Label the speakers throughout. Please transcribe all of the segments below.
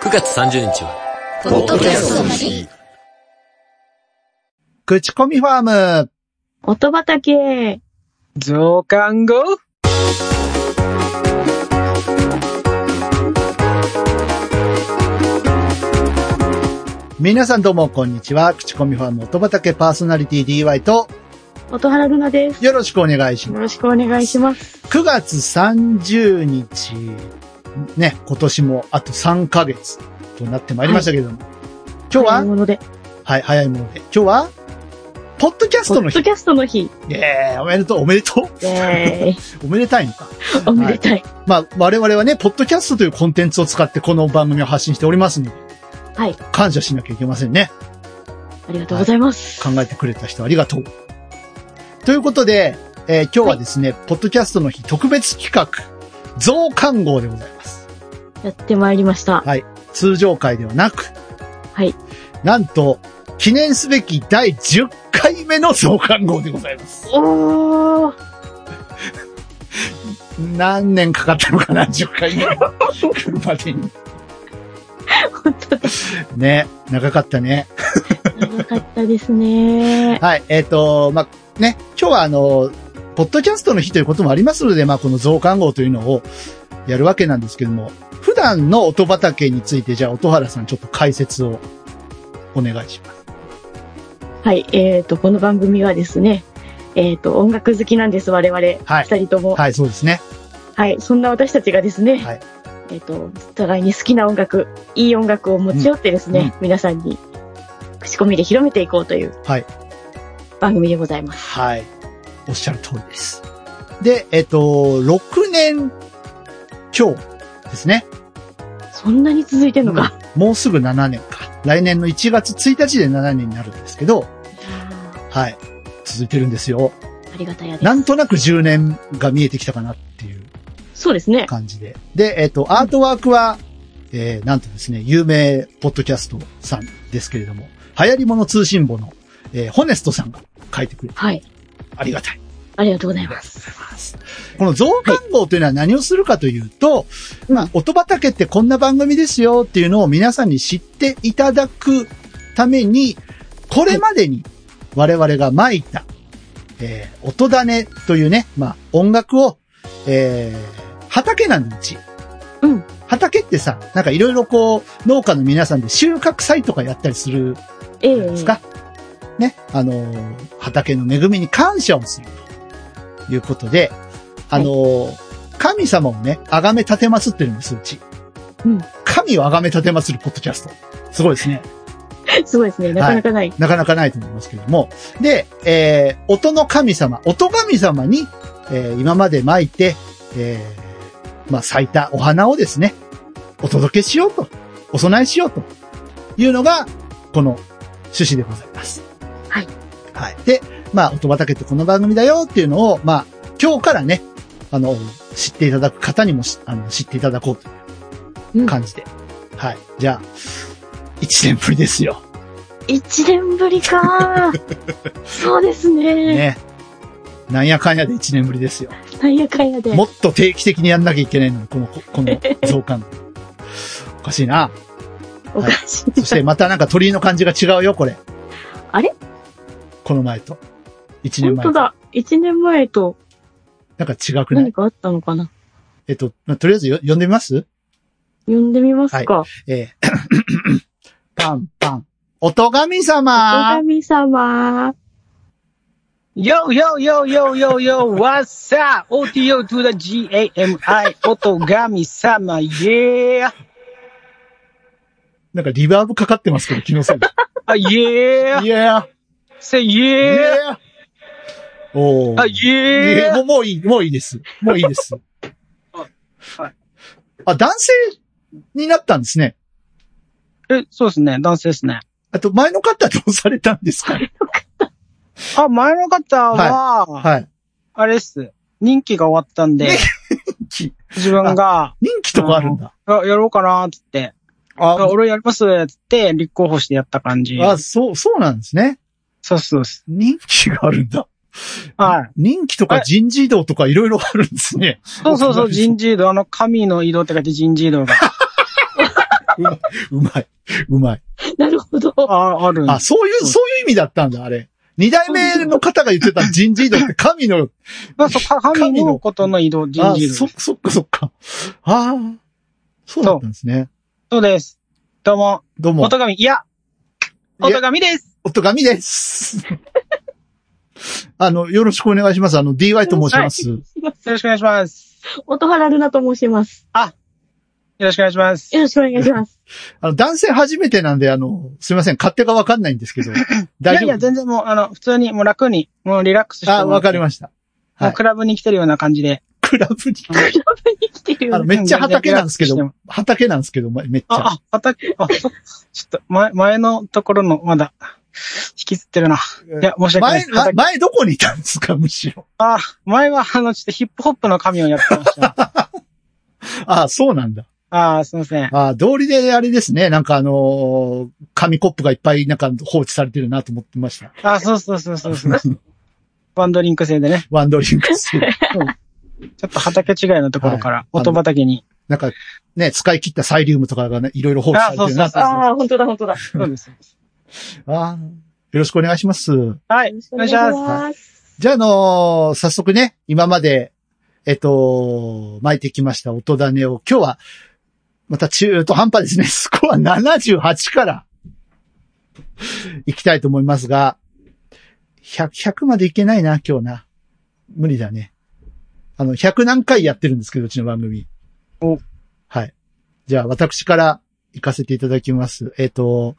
Speaker 1: 9月30日は、
Speaker 2: ポッドキャストの日。
Speaker 3: 口コミファーム。
Speaker 4: 音畑。
Speaker 5: 増刊号
Speaker 3: 皆さんどうもこんにちは。口コミファーム音畑パーソナリティ DY と
Speaker 4: 音原ルナです。
Speaker 3: よろしくお願いし
Speaker 4: よ
Speaker 3: ま
Speaker 4: ろしくお願いします。
Speaker 3: す。9月30日、ね、今年もあと3ヶ月となってまいりましたけれども、今日
Speaker 4: という
Speaker 3: は、
Speaker 4: もので、
Speaker 3: はい、早いもので、今日は、ポッドキャス
Speaker 4: ポ
Speaker 3: トの
Speaker 4: ッ
Speaker 3: 日
Speaker 4: ド。キャストの日。
Speaker 3: イェーイおめでとう、おめでと
Speaker 4: イェーイ
Speaker 3: う、おめでたいのか。
Speaker 4: おめでたい。
Speaker 3: まあ、我々はね、ポッドキャストというコンテンツを使ってこの番組を発信しておりますので、
Speaker 4: はい。
Speaker 3: 感謝しなきゃいけませんね。
Speaker 4: ありがとうございます。
Speaker 3: 考えてくれた人ありがとう。ということで、えー今日はですね、ポッドキャストの日特別企画、増刊号でございます。
Speaker 4: やってまいりました。
Speaker 3: 通常回ではなく、
Speaker 4: はい。
Speaker 3: なんと、記念すべき第10回目の増刊号でございます。
Speaker 4: おー。
Speaker 3: 何年かかったのかな、10回 目。来るまでに。
Speaker 4: 本当だ。
Speaker 3: ね、長かったね。
Speaker 4: 長かったですね。
Speaker 3: はい、えっ、と、まあ、ね、今日はあの、ポッドキャストの日ということもありますので、まあ、この増刊号というのをやるわけなんですけども、普段の音畑について、じゃあ、音原さんちょっと解説をお願いします。
Speaker 4: はい。えっ、と、この番組はですね、えっ、と、音楽好きなんです、我々。
Speaker 3: はい
Speaker 4: 二人とも。はい。
Speaker 3: はい、そうですね。
Speaker 4: そんな私たちがですね、
Speaker 3: はい
Speaker 4: えっ、と、互いに好きな音楽、いい音楽を持ち寄ってですね、
Speaker 3: うんうん
Speaker 4: 皆さんに口コミで広めていこうという、
Speaker 3: はい
Speaker 4: 番組でございます。
Speaker 3: はい。おっしゃる通りです。で、えっ、と、6年今日ですね。
Speaker 4: そんなに続いてんのか。
Speaker 3: もうすぐ7年か。来年の1月1日で7年になるんですけど、はい。続いてるんですよ。
Speaker 4: ありがたやです。
Speaker 3: なんとなく10年が見えてきたかなっていう
Speaker 4: そうですね。
Speaker 3: 感じで。で、えっ、と、アートワークは、えー、なんとですね、有名ポッドキャストさんですけれども、流行り物通信簿の、えー、ホネストさんが書いてくれて
Speaker 4: はい。
Speaker 3: ありがたい。
Speaker 4: ありがとうございます。
Speaker 3: この増刊号というのは何をするかというと、まあ、音畑ってこんな番組ですよっていうのを皆さんに知っていただくために、これまでに我々が撒いた、えー、音種というね、まあ、音楽を、えー、畑なんのうち。
Speaker 4: うん。
Speaker 3: 畑ってさ、なんかいろいろこう、農家の皆さんで収穫祭とかやったりする
Speaker 4: ええ
Speaker 3: じゃないですか。ね、あのー、畑の恵みに感謝をするということで、あのー、神様をね、あがめ立てますってるんです、うち。
Speaker 4: うん
Speaker 3: 神をあがめ立てまするポッドキャスト。すごいですね。
Speaker 4: すごいですね。なかなかない。
Speaker 3: なかなかないと思いますけれども。で、えー、音の神様、音神様に、えー今まで巻いて、えー、まあ、咲いたお花をですね、お届けしようと、お供えしようというのが、この趣旨でございます。
Speaker 4: はい。
Speaker 3: はい。で、まあ、音畑ってこの番組だよっていうのを、まあ、今日からね、あの、知っていただく方にもしあの知っていただこうという感じで。はい。じゃあ、1年ぶりですよ。
Speaker 4: 一年ぶ りかー。そうですね。
Speaker 3: ね。なんやかんやで1年ぶりですよ。
Speaker 4: なんやかんやで。
Speaker 3: もっと定期的にやんなきゃいけないのに、この、ここ の増刊。おかしいな。
Speaker 4: おかしい。
Speaker 3: そしてまたなんか鳥居の感じが違うよ、これ。
Speaker 4: あれ
Speaker 3: この前と。1年前
Speaker 4: 本
Speaker 3: と
Speaker 4: 当。だ。一年前と
Speaker 3: なんか違くない
Speaker 4: 何かあったのかな。
Speaker 3: えっと、まあとりあえずよ読んでみます
Speaker 4: 読んでみますか。
Speaker 3: えーパンパン。音神
Speaker 4: お
Speaker 3: 様
Speaker 4: 神様。
Speaker 5: Yo, yo, yo, yo, yo, yo, what's up? OTO to the GAMI, 音神様、yeah!
Speaker 3: なんかリバーブかかってますけど、気のせ いで。
Speaker 5: あ、yeah! Ah,
Speaker 3: いや
Speaker 5: Say
Speaker 3: ーい
Speaker 5: yeah!
Speaker 3: やーおー。
Speaker 5: あ、
Speaker 3: い
Speaker 5: yeah!
Speaker 3: やもうもういい、もういいです。もういいです
Speaker 5: あ はい。
Speaker 3: あ、男性になったんですね。
Speaker 5: え、そうですね、男性ですね。
Speaker 3: あと、前の方どうされたんですか
Speaker 5: あ、前の方は、
Speaker 3: はい。
Speaker 5: あれっす。任期が終わったんで、
Speaker 3: 人
Speaker 5: 自分が、
Speaker 3: 気とかあるんだ。
Speaker 5: あやろうかなーつって、あ
Speaker 3: あ、
Speaker 5: 俺やりますっつって、立候補してやった感じ。
Speaker 3: あ、そう、そうなんですね。
Speaker 5: そうそうです。
Speaker 3: 人気があるんだ。
Speaker 5: はい。
Speaker 3: 人気とか人事異動とかいろいろあるんですね。
Speaker 5: そうそうそ
Speaker 3: お
Speaker 5: う、
Speaker 3: 疲れ様
Speaker 5: 人事異動、あの、神の移動って書いて人事異動が。
Speaker 3: うまうまい。うまい。
Speaker 4: なるほど。
Speaker 5: あ、あるんだ
Speaker 3: あ、そういう、そういう意味だったんだ、あれ。二代目の方が言ってた人事異動って神の、
Speaker 5: まあ、そう、神のことの移動人
Speaker 3: あ
Speaker 5: 事、
Speaker 3: そ、
Speaker 5: そ
Speaker 3: そっかそっか。ああ、そうだったんですね。
Speaker 5: うです。どうも、
Speaker 3: どうも、
Speaker 5: 音神、いや、
Speaker 3: いや
Speaker 5: 音神です。
Speaker 3: 音神です。 あの、よろしくお願いします。あの、DY と申します。
Speaker 5: よろしくお願いします。
Speaker 4: 音原ルナと申します。
Speaker 5: よろしくお願いします。
Speaker 4: よろしくお願いします。
Speaker 3: あの、男性初めてなんで、あの、すいません、勝手がわかんないんですけど、
Speaker 5: い
Speaker 3: 大丈夫
Speaker 5: やいや、全然もう、あの、普通に、もう楽に、もうリラックスして。
Speaker 3: あ、わかり
Speaker 5: ま
Speaker 3: ました。
Speaker 5: す。も
Speaker 3: は
Speaker 5: う
Speaker 3: い
Speaker 5: クラブに来てるような感じで。
Speaker 3: クラブに、
Speaker 4: クラブに来てる
Speaker 3: あの、
Speaker 4: よね。
Speaker 3: めっちゃ畑なんですけ
Speaker 5: うん
Speaker 3: ど、畑なんですけど、まめっちゃ。
Speaker 5: あ、あ、畑、あ、そうちょっと、前、前のところの、まだ、引きずってるな。いや、申し訳ない
Speaker 3: 前、
Speaker 5: です。
Speaker 3: 前
Speaker 5: 畑
Speaker 3: 前どこにいたんですか、むしろ。
Speaker 5: あ、前は、あの、ちょっとヒップホップの神をやってました。
Speaker 3: ああ、そうなんだ。
Speaker 5: あー、すいません。
Speaker 3: ああ、道理であれですね。なんかあのー紙コップがいっぱいなんか放置されてるなと思ってました。
Speaker 5: あ、そうそうそうそうそう。ワンドリンク制でね、
Speaker 3: ワンドリンク ス。
Speaker 5: ちょっと畑違いのところから、
Speaker 3: はい
Speaker 5: 音畑に。
Speaker 3: なんかね、使い切ったサイリウムとかがね、いろいろ放置されてるなと思って
Speaker 4: ああ、本当だ、本当だ。よ
Speaker 5: そうです。
Speaker 3: ああ、よろしくお願いします。
Speaker 5: はい
Speaker 4: ろし、く
Speaker 5: お願い
Speaker 4: お願い
Speaker 5: し
Speaker 4: し
Speaker 5: ます。
Speaker 4: ます。
Speaker 3: じゃあ、あのー早速ね、今まで、えっと、巻いてきました音種を、今日は、また中途半端ですね。 スコア78から、いきたいと思いますが、100、100までいけないな、今日な。無理だね。あの、100何回やってるんですけど、うちの番組。
Speaker 5: お
Speaker 3: はい。じゃあ、私から行かせていただきます。えっと、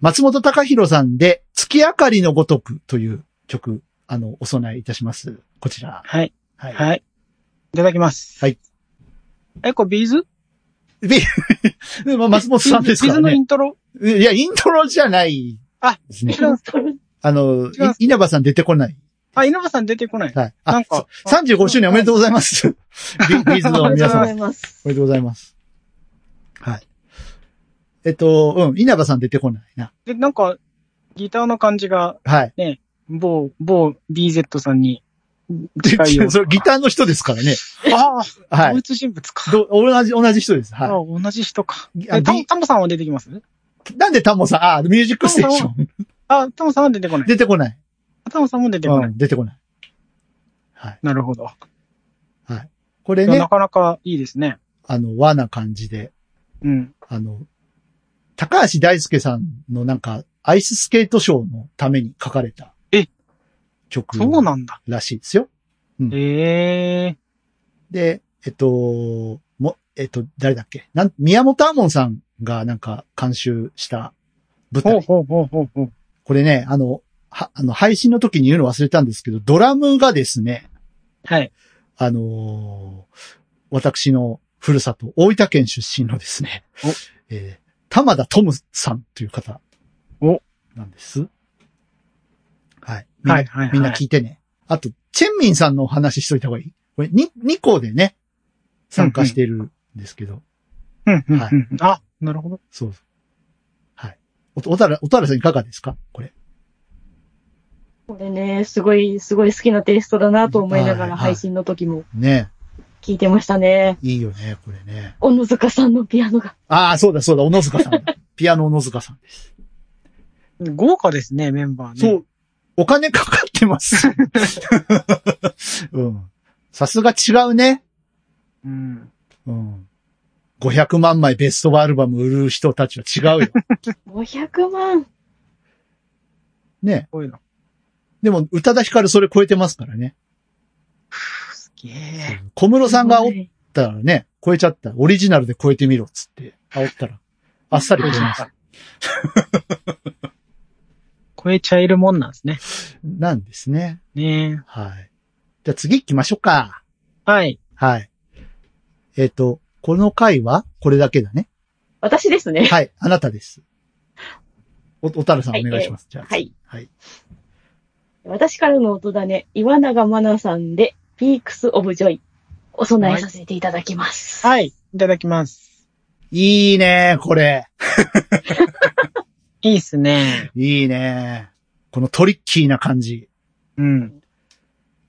Speaker 3: 松本隆弘さんで、月明かりのごとくという曲、あの、お供えいたします。こちら。
Speaker 5: はい、
Speaker 3: はい。
Speaker 5: はい。いただきます。
Speaker 3: はい。
Speaker 5: え、これビーズ
Speaker 3: でまあ松本さんですか
Speaker 5: ビーズ
Speaker 3: ら
Speaker 5: のイ
Speaker 3: ね。
Speaker 5: ントロ
Speaker 3: いや、イントロじゃない
Speaker 5: あ
Speaker 3: ですね
Speaker 5: 違。うんですか
Speaker 3: あの、い
Speaker 5: 違うんです
Speaker 3: 稲葉さん出てこない。
Speaker 5: あ、稲葉さん出てこない。
Speaker 3: はい。
Speaker 5: な
Speaker 3: あ
Speaker 5: んか、
Speaker 3: そう35周年おめでとうございます。ビ ビーズの皆さん。
Speaker 4: あ
Speaker 3: お
Speaker 4: りがとうございます。
Speaker 3: めでとうございます。はい。えっと、うん、稲葉さん出てこないな。
Speaker 5: で、なんか、ギターの感じが、
Speaker 3: はい。
Speaker 5: 某、某 BZ さんに近いよう
Speaker 3: で
Speaker 5: な。
Speaker 3: それギターの人ですからね。
Speaker 5: ああ、
Speaker 3: は
Speaker 5: 同
Speaker 3: い。
Speaker 5: 一人物か。
Speaker 3: ど同じ、同じ人です。
Speaker 5: あ
Speaker 3: は
Speaker 5: 同じ人か。
Speaker 3: あ
Speaker 5: え、タモ
Speaker 3: B-
Speaker 5: タモさんは出てきます
Speaker 3: い。なんでタモさん、あ、ミュージックステーション。
Speaker 5: あ、タモさんは出てこない。
Speaker 3: 出てこない。
Speaker 5: タモさんも出てこな
Speaker 3: う
Speaker 5: い。
Speaker 3: ん、出てこない。はい。
Speaker 5: なるほど。
Speaker 3: これ
Speaker 5: でも
Speaker 3: ね
Speaker 5: な、かなかいいですね。
Speaker 3: あの、和な感じで、
Speaker 5: うん。
Speaker 3: あの、高橋大輔さんのなんか、アイススケートショーのために書かれた
Speaker 5: え
Speaker 3: 曲
Speaker 5: そうなんだ。
Speaker 3: らしいですよ。
Speaker 5: ええ
Speaker 3: で、えっと、も、えっと、誰だっけなん、宮本亞門さんがなんか監修した舞
Speaker 5: ほう
Speaker 3: 台。
Speaker 5: ほうほうほうほう。
Speaker 3: これね、あの、は、あの、配信の時に言うの忘れたんですけど、ドラムがですね、
Speaker 5: はい。
Speaker 3: あのー私のふるさと、大分県出身のですね
Speaker 5: お、
Speaker 3: えー、玉田トムさんという方、
Speaker 5: お
Speaker 3: なんです。はい。みんな
Speaker 5: はい、はい。
Speaker 3: みんな
Speaker 5: はい
Speaker 3: 聞いてね。あと、チェンミンさんのお話ししといた方がいい。これ、に、2校でね、参加してるんですけど。
Speaker 5: うんうん
Speaker 3: はい
Speaker 5: うん。あ、なるほど。
Speaker 3: そうそう。はい。おと、おたら、おたらさんいかがですかこれ。
Speaker 4: これね、すごい、すごい好きなテイストだなと思いなが
Speaker 3: はい
Speaker 4: ら配信の時も
Speaker 3: ね
Speaker 4: 聞いてましたね。
Speaker 3: いいよね、これね。
Speaker 4: 小野塚さんのピアノが。
Speaker 3: ああ、そうだ、そうだ、小野塚さん だ。ピアノ小野塚さんです。
Speaker 5: 豪華ですね、メンバーね。
Speaker 3: そ。う。お金かかってます。うん。さすが違うね。
Speaker 5: うん。
Speaker 3: うん。500万枚ベストアルバム売る人たちは違う よ。
Speaker 4: 500万。
Speaker 3: ね。
Speaker 5: こういうの。
Speaker 3: でも、宇多田ヒカルそれ超えてますからね。
Speaker 5: すげえ。
Speaker 3: 小室さんがおっ
Speaker 4: はい
Speaker 3: たらね、超えちゃった。オリジナルで超えてみろっつって、煽ったら、あっさり超えました。
Speaker 5: 超えちゃえるもんなんですね。
Speaker 3: なんですね。
Speaker 5: ねえ。
Speaker 3: はい。じゃあ次行きましょうか。
Speaker 5: はい。
Speaker 3: はい。えっ、と、この回はこれだけだね。
Speaker 4: 私ですね。
Speaker 3: はい、あなたです。お、おたるさん
Speaker 4: は
Speaker 3: お
Speaker 4: い
Speaker 3: 願いします。じゃあ。
Speaker 4: はい。
Speaker 3: はい。
Speaker 4: 私からの音だね、岩永真奈さんで、ピークスオブジョイ、お供えさせていただきます。
Speaker 5: はい。いただきます。
Speaker 3: いいねこれ。
Speaker 5: いいっすね。
Speaker 3: いいねこのトリッキーな感じ。
Speaker 5: うん。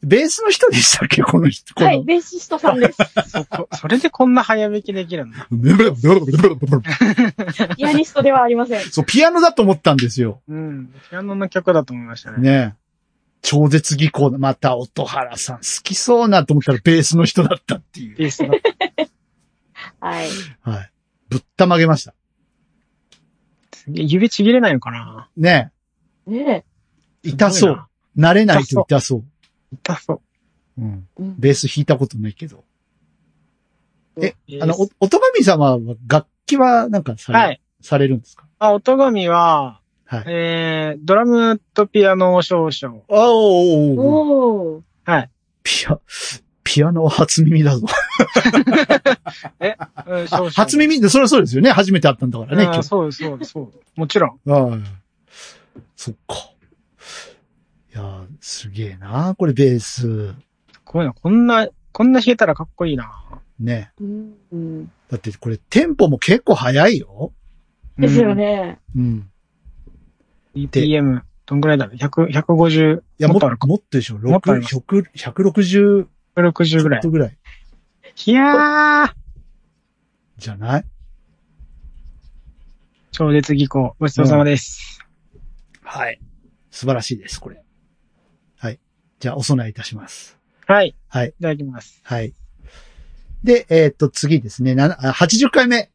Speaker 3: ベースの人でしたっけこの人。この、
Speaker 4: はい、ベーシストさん です。
Speaker 5: そこ、それでこんな早弾きできるの
Speaker 4: ピアニストではありません。
Speaker 3: そう、ピアノだと思ったんですよ。
Speaker 5: うん。ピアノの曲だと思いましたね。
Speaker 3: ねえ。超絶技巧、また音原さん好きそうなと思ったらベースの人だったっていう。
Speaker 5: ベースの。
Speaker 4: はい。
Speaker 3: はい。ぶったまげました。
Speaker 5: 指ちぎれないのかな
Speaker 3: ね
Speaker 4: ね
Speaker 3: え。痛そ。
Speaker 5: すごいう
Speaker 3: 慣れないと痛そう。
Speaker 5: な。痛そ
Speaker 3: うん。
Speaker 4: え。うん
Speaker 3: ベース弾いたことないけど。
Speaker 5: う。
Speaker 3: え
Speaker 5: ベース
Speaker 3: あの、お、おとばみ様は楽器はなんかされ、
Speaker 5: はい。
Speaker 3: されるんですか
Speaker 5: あ、音神は、
Speaker 3: はい。
Speaker 5: えー、ドラムとピアノを少々。
Speaker 3: あおーおー
Speaker 4: おー。
Speaker 5: はい。
Speaker 3: ピア、ピアノは初耳だぞ。
Speaker 5: うん少
Speaker 3: あ
Speaker 5: 々
Speaker 3: 初耳って、それはそうですよね。初めて会ったんだからね、今
Speaker 5: あー
Speaker 3: 日。
Speaker 5: そうそうそう。もちろん。
Speaker 3: ああ。そっか。いやー、すげえなこれベース。
Speaker 5: こういうの、こんな、こんな弾けたらかっこいいな。
Speaker 3: ね。
Speaker 4: うんうん
Speaker 3: だってこれテンポも結構早いよ。
Speaker 4: ですよね。
Speaker 3: うん。
Speaker 5: BPM、どんぐらいだろう ?100、150、
Speaker 3: いや、も
Speaker 5: もっ
Speaker 3: っと
Speaker 5: と
Speaker 3: あ
Speaker 5: あ
Speaker 3: る
Speaker 5: る
Speaker 3: もっとでしょ。
Speaker 5: もっとあります
Speaker 3: 6 160
Speaker 5: 160ぐらい
Speaker 3: ちょっと。ぐらい
Speaker 5: いやー、
Speaker 3: じゃない
Speaker 5: 超絶技巧。ごちそうさまです。
Speaker 3: はい。素晴らしいです、これ。はい。じゃあ、お供えいたします。
Speaker 5: はい。
Speaker 3: はい
Speaker 5: いただきます。
Speaker 3: はい。で、えーっと、次ですね。ななあ80回目。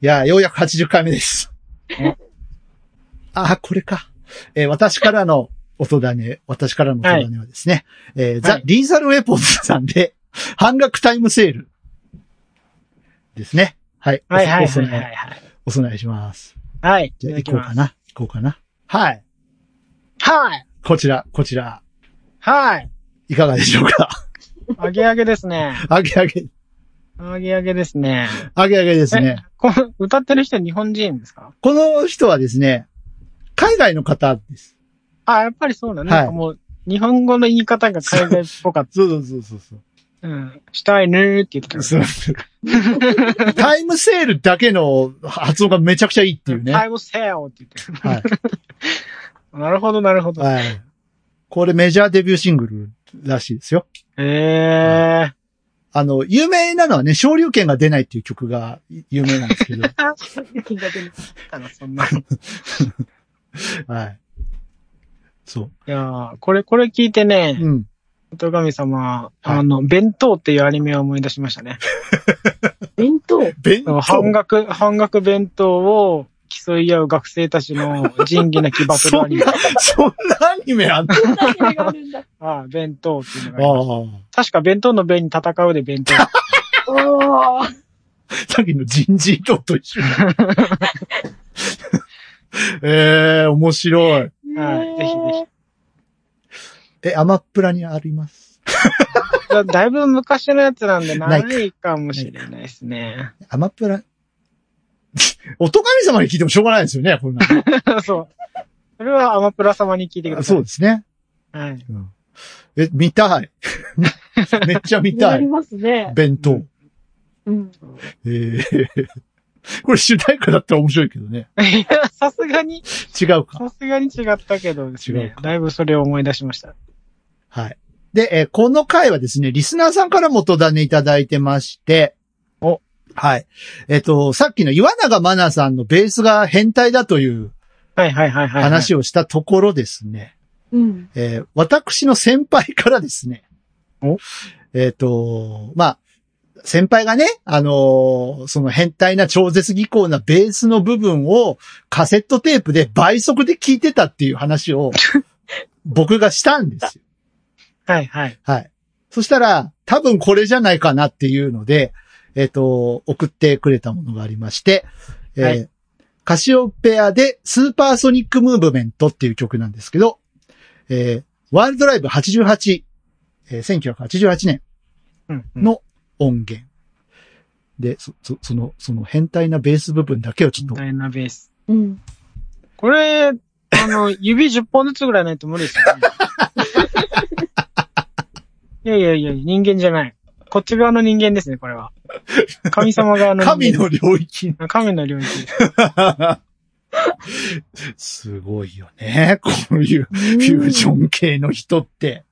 Speaker 3: いやー、ようやく80回目です
Speaker 5: お。
Speaker 3: あー、これか。えー私からの音だね、私からの音だねはですね、えーザ・
Speaker 5: はい
Speaker 3: リーザル・ウェポンズさんで、半額タイムセールですね。はい。
Speaker 5: はいはいはい
Speaker 3: お供
Speaker 5: は
Speaker 3: え
Speaker 5: いはい。
Speaker 3: お供えします。
Speaker 5: はい。
Speaker 3: じゃあ、
Speaker 5: いた
Speaker 3: 行こう
Speaker 5: だきま
Speaker 3: か
Speaker 5: す。
Speaker 3: な。行こうかな。はい。
Speaker 5: はい。
Speaker 3: こちら、こちら、
Speaker 5: はい。
Speaker 3: いかがでしょうか
Speaker 5: あげあげですね。
Speaker 3: あげあげ、
Speaker 5: あげあげですね。
Speaker 3: あげあげですね。
Speaker 5: この、歌ってる人日本人ですか
Speaker 3: この人はですね、海外の方です。
Speaker 5: あ、やっぱりそうだね。
Speaker 3: はい
Speaker 5: なんかもう、日本語の言い方が海外っぽかっ
Speaker 3: そうそうそうそう そう。
Speaker 5: た。うん。したいねーって言ってた。
Speaker 3: タイムセールだけの発音がめちゃくちゃいいっていうね。
Speaker 5: タ
Speaker 3: は
Speaker 5: イムセールって言って
Speaker 3: い。
Speaker 5: た。なるほど、なるほど。へ
Speaker 3: はい。これメジャーデビューシングルらしいですよ。
Speaker 5: え
Speaker 3: あの、有名なのはね、昇竜拳が出ないっていう曲が有名なんですけど。
Speaker 4: 金額に
Speaker 5: ー。そんなの。い
Speaker 3: はい。そ
Speaker 5: やーこれ、これ聞いてね
Speaker 3: う。、うん。
Speaker 5: 音神様、あの、弁当っていうアニメを思い出しました ね。
Speaker 4: 弁当。
Speaker 3: 弁当。
Speaker 5: 半額、半額弁当を競い合う学生たちの仁義なきバトル
Speaker 3: そ
Speaker 5: アニ
Speaker 3: ん
Speaker 5: メ
Speaker 3: な。、そんなアニメあんの
Speaker 4: こんなアニメがあるんだ。
Speaker 5: ああ、弁当っていうのがあります。
Speaker 3: あ
Speaker 5: 確か弁当の弁に戦うで弁当。
Speaker 4: おー。
Speaker 3: あ。さっきの人事異動と一緒だ。 ええ面白い。
Speaker 5: はいぜひぜ
Speaker 3: え、アマプラにあります。
Speaker 5: だ だいぶ昔のやつなんで、
Speaker 3: ない
Speaker 5: な
Speaker 3: か
Speaker 5: いかもしれないですね。
Speaker 3: アマプラ。 音神様に聞いてもしょうがないですよね、こんなの
Speaker 5: そう。それはアマプラ様に聞いてください。
Speaker 3: そうですね。
Speaker 5: う。はい。
Speaker 3: うんえ、見たい。 めっちゃ見
Speaker 4: 気にな
Speaker 3: た
Speaker 4: り
Speaker 3: い。
Speaker 4: ますね。
Speaker 3: 弁当。
Speaker 4: うん。
Speaker 3: えー これ主題歌だったら面白いけどね。
Speaker 5: いや、さすがに、
Speaker 3: 違うか。
Speaker 5: さすがに違ったけどです
Speaker 3: 違う
Speaker 5: ね
Speaker 3: か。
Speaker 5: だいぶそれを思い出しました。
Speaker 3: はい。で、えーこの回はですね、リスナーさんからもとだねいただいてまして、
Speaker 5: お
Speaker 3: はい。えっ、と、さっきの岩永真奈さんのベースが変態だという
Speaker 5: はいはいはいはい。
Speaker 3: 話
Speaker 5: を。
Speaker 3: をしたところですね、
Speaker 4: うん。
Speaker 3: えー私の先輩からですね、
Speaker 5: お
Speaker 3: えっ、と、まあ、先輩がね、あのーその変態な超絶技巧なベースの部分をカセットテープで倍速で聞いてたっていう話を僕がしたんですよ。
Speaker 5: はいはい。
Speaker 3: はい。そしたら、多分これじゃないかなっていうので、えっ、と、送ってくれたものがありまして、えー
Speaker 5: はい
Speaker 3: カシオペアでスーパーソニックムーブメントっていう曲なんですけど、えーワールドライブ88、えー1988年
Speaker 5: うんうん
Speaker 3: の音源。で、そ、そ、その、その変態なベース部分だけをちょっと、
Speaker 5: ダイナベース。
Speaker 4: うん。
Speaker 5: これ、あの、 指10本ずつぐらいないと無理 ですよね。いやいやいや、人間じゃない。こっち側の人間ですね、これは。神様側の人間。
Speaker 3: 神の領域。
Speaker 5: 神の領域。
Speaker 3: すごいよね。こういうフ
Speaker 4: フ
Speaker 3: ュージョン系の人って。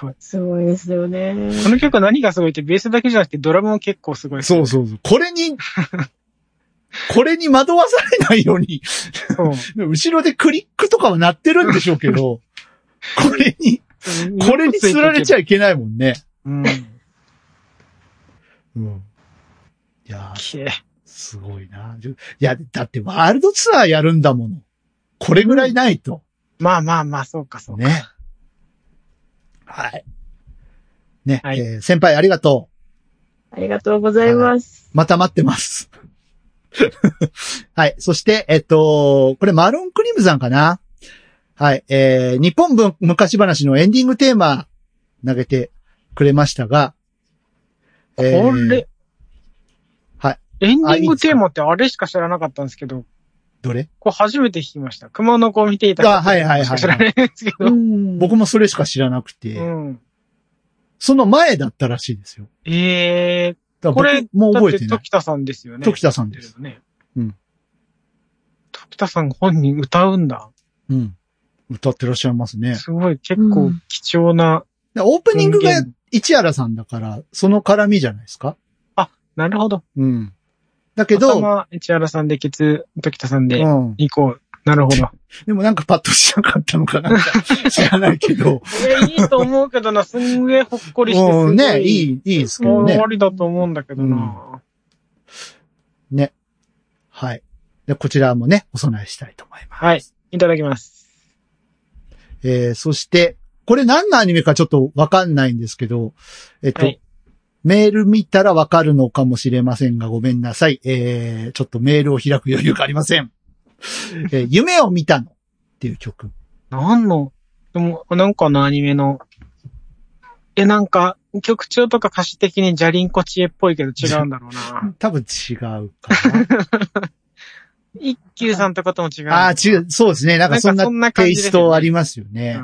Speaker 5: ごい。
Speaker 4: すごいですよね。
Speaker 5: この曲は何がすごいって、ベースだけじゃなくてドラムも結構す ごい。
Speaker 3: そうそうそう。こ れに、これに惑わされないように、
Speaker 5: そう。
Speaker 3: 後ろでクリックとかは鳴ってるんでしょうけ ど、これに、これに釣られち
Speaker 5: ゃ
Speaker 3: ゃいけないもんね。
Speaker 5: うん。
Speaker 3: うん。いやー、
Speaker 5: きれい
Speaker 3: すごいな。いや、だってワールドツアーやるんだもの。これぐらいないと。
Speaker 5: まあまあまあ、そうか、そうか。
Speaker 3: ね。はい。ね、
Speaker 5: はい
Speaker 3: えー先輩ありがとう。
Speaker 4: ありがとうございます。
Speaker 3: また待ってます。はい。そして、えっと、これマロンクリムさんかなはい。えー、日本文昔話のエンディングテーマ投げてくれましたが、
Speaker 5: これ、
Speaker 3: はい。
Speaker 5: エンディングテーマってあれしか知らなかったんですけど、
Speaker 3: どれ
Speaker 5: これ初めて聞きました。熊の子を見ていた
Speaker 3: あはいはいはいは
Speaker 5: しか
Speaker 3: い
Speaker 5: 知らないんですけど。
Speaker 4: ん
Speaker 3: 僕もそれしか知らなくて、
Speaker 5: うん。
Speaker 3: その前だったらしいですよ。
Speaker 5: ええ
Speaker 3: だ
Speaker 5: こ
Speaker 3: から
Speaker 5: れ
Speaker 3: 僕、もう覚えて
Speaker 5: だっ
Speaker 3: ない。
Speaker 5: 時田さんですよね。
Speaker 3: 時田さんです。
Speaker 5: ね。
Speaker 3: うん。
Speaker 5: 時田さん本人歌うんだ。
Speaker 3: うん。歌ってらっしゃいますね。
Speaker 5: すごい、結構貴重な。
Speaker 3: でオープニングが
Speaker 5: 音源
Speaker 3: 市原さんだから、その絡みじゃないですか
Speaker 5: なるほど。
Speaker 3: うん。だけど、
Speaker 5: 頭、市原さんで、ケツ、時田さん
Speaker 3: う
Speaker 5: で、
Speaker 3: ん。
Speaker 5: 行こう。なるほど。
Speaker 3: でもなんかパッとしなかったのかなん か知らないけど、
Speaker 5: これいいと思うけどな、すんげえほっこりしてすご
Speaker 3: う
Speaker 5: い。
Speaker 3: ん、ね、いい、いいですけ
Speaker 5: も
Speaker 3: ど
Speaker 5: う終
Speaker 3: ね
Speaker 5: わ。りだと思うんだけどな。
Speaker 3: はい。で、こちらもね、お供えしたいと思います。
Speaker 5: はい。いただきます。
Speaker 3: えー、そして、これ何のアニメかちょっとわかんないんですけど、えっと、
Speaker 5: はい
Speaker 3: メール見たらわかるのかもしれませんが、ごめんなさい。えー、ちょっとメールを開く余裕がありません。えー夢を見たのっていう曲。
Speaker 5: なんの、でも、なんかのアニメの、え、なんか、曲調とか歌詞的にジャリンコ知恵っぽいけど違うんだろうな。
Speaker 3: 多分違うかな。
Speaker 5: 一休さんとかとも違う。
Speaker 3: ああ、違う、そうですね。なんかそん
Speaker 5: なんかそん
Speaker 3: な
Speaker 5: な感
Speaker 3: テイ
Speaker 5: じです
Speaker 3: ス
Speaker 5: よね
Speaker 3: トありますよね。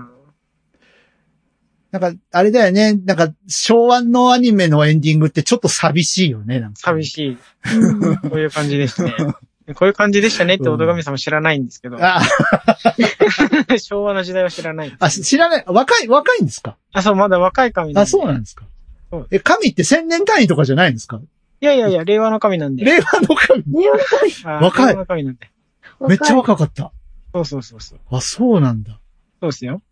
Speaker 3: なんか、あれだよね。なんか、昭和のアニメのエンディングってちょっと寂しいよね。なんか
Speaker 5: 寂
Speaker 3: い。
Speaker 5: しい。
Speaker 4: うん
Speaker 5: こういう感じでしたね。こういう感じでしたねって、おどがみさんも知らないんですけど。
Speaker 3: あ
Speaker 5: 昭和の時代は知らないんです
Speaker 3: あ、し知らない。若い、若いんですか
Speaker 5: あ、そう、まだ若い神なんで。
Speaker 3: あ、そうなんですか
Speaker 5: そう。
Speaker 3: え、神って千年単位とかじゃないんですか
Speaker 5: いやいやいや、令和の神なんで。
Speaker 3: 令和の神。
Speaker 4: ね
Speaker 5: あ
Speaker 3: 若
Speaker 5: 令
Speaker 3: い
Speaker 5: 和の神なんで。
Speaker 3: めっちゃ
Speaker 4: わか
Speaker 3: 若かった。
Speaker 5: そうそうそうそう。
Speaker 3: あ、そうなんだ。
Speaker 5: そうですよ。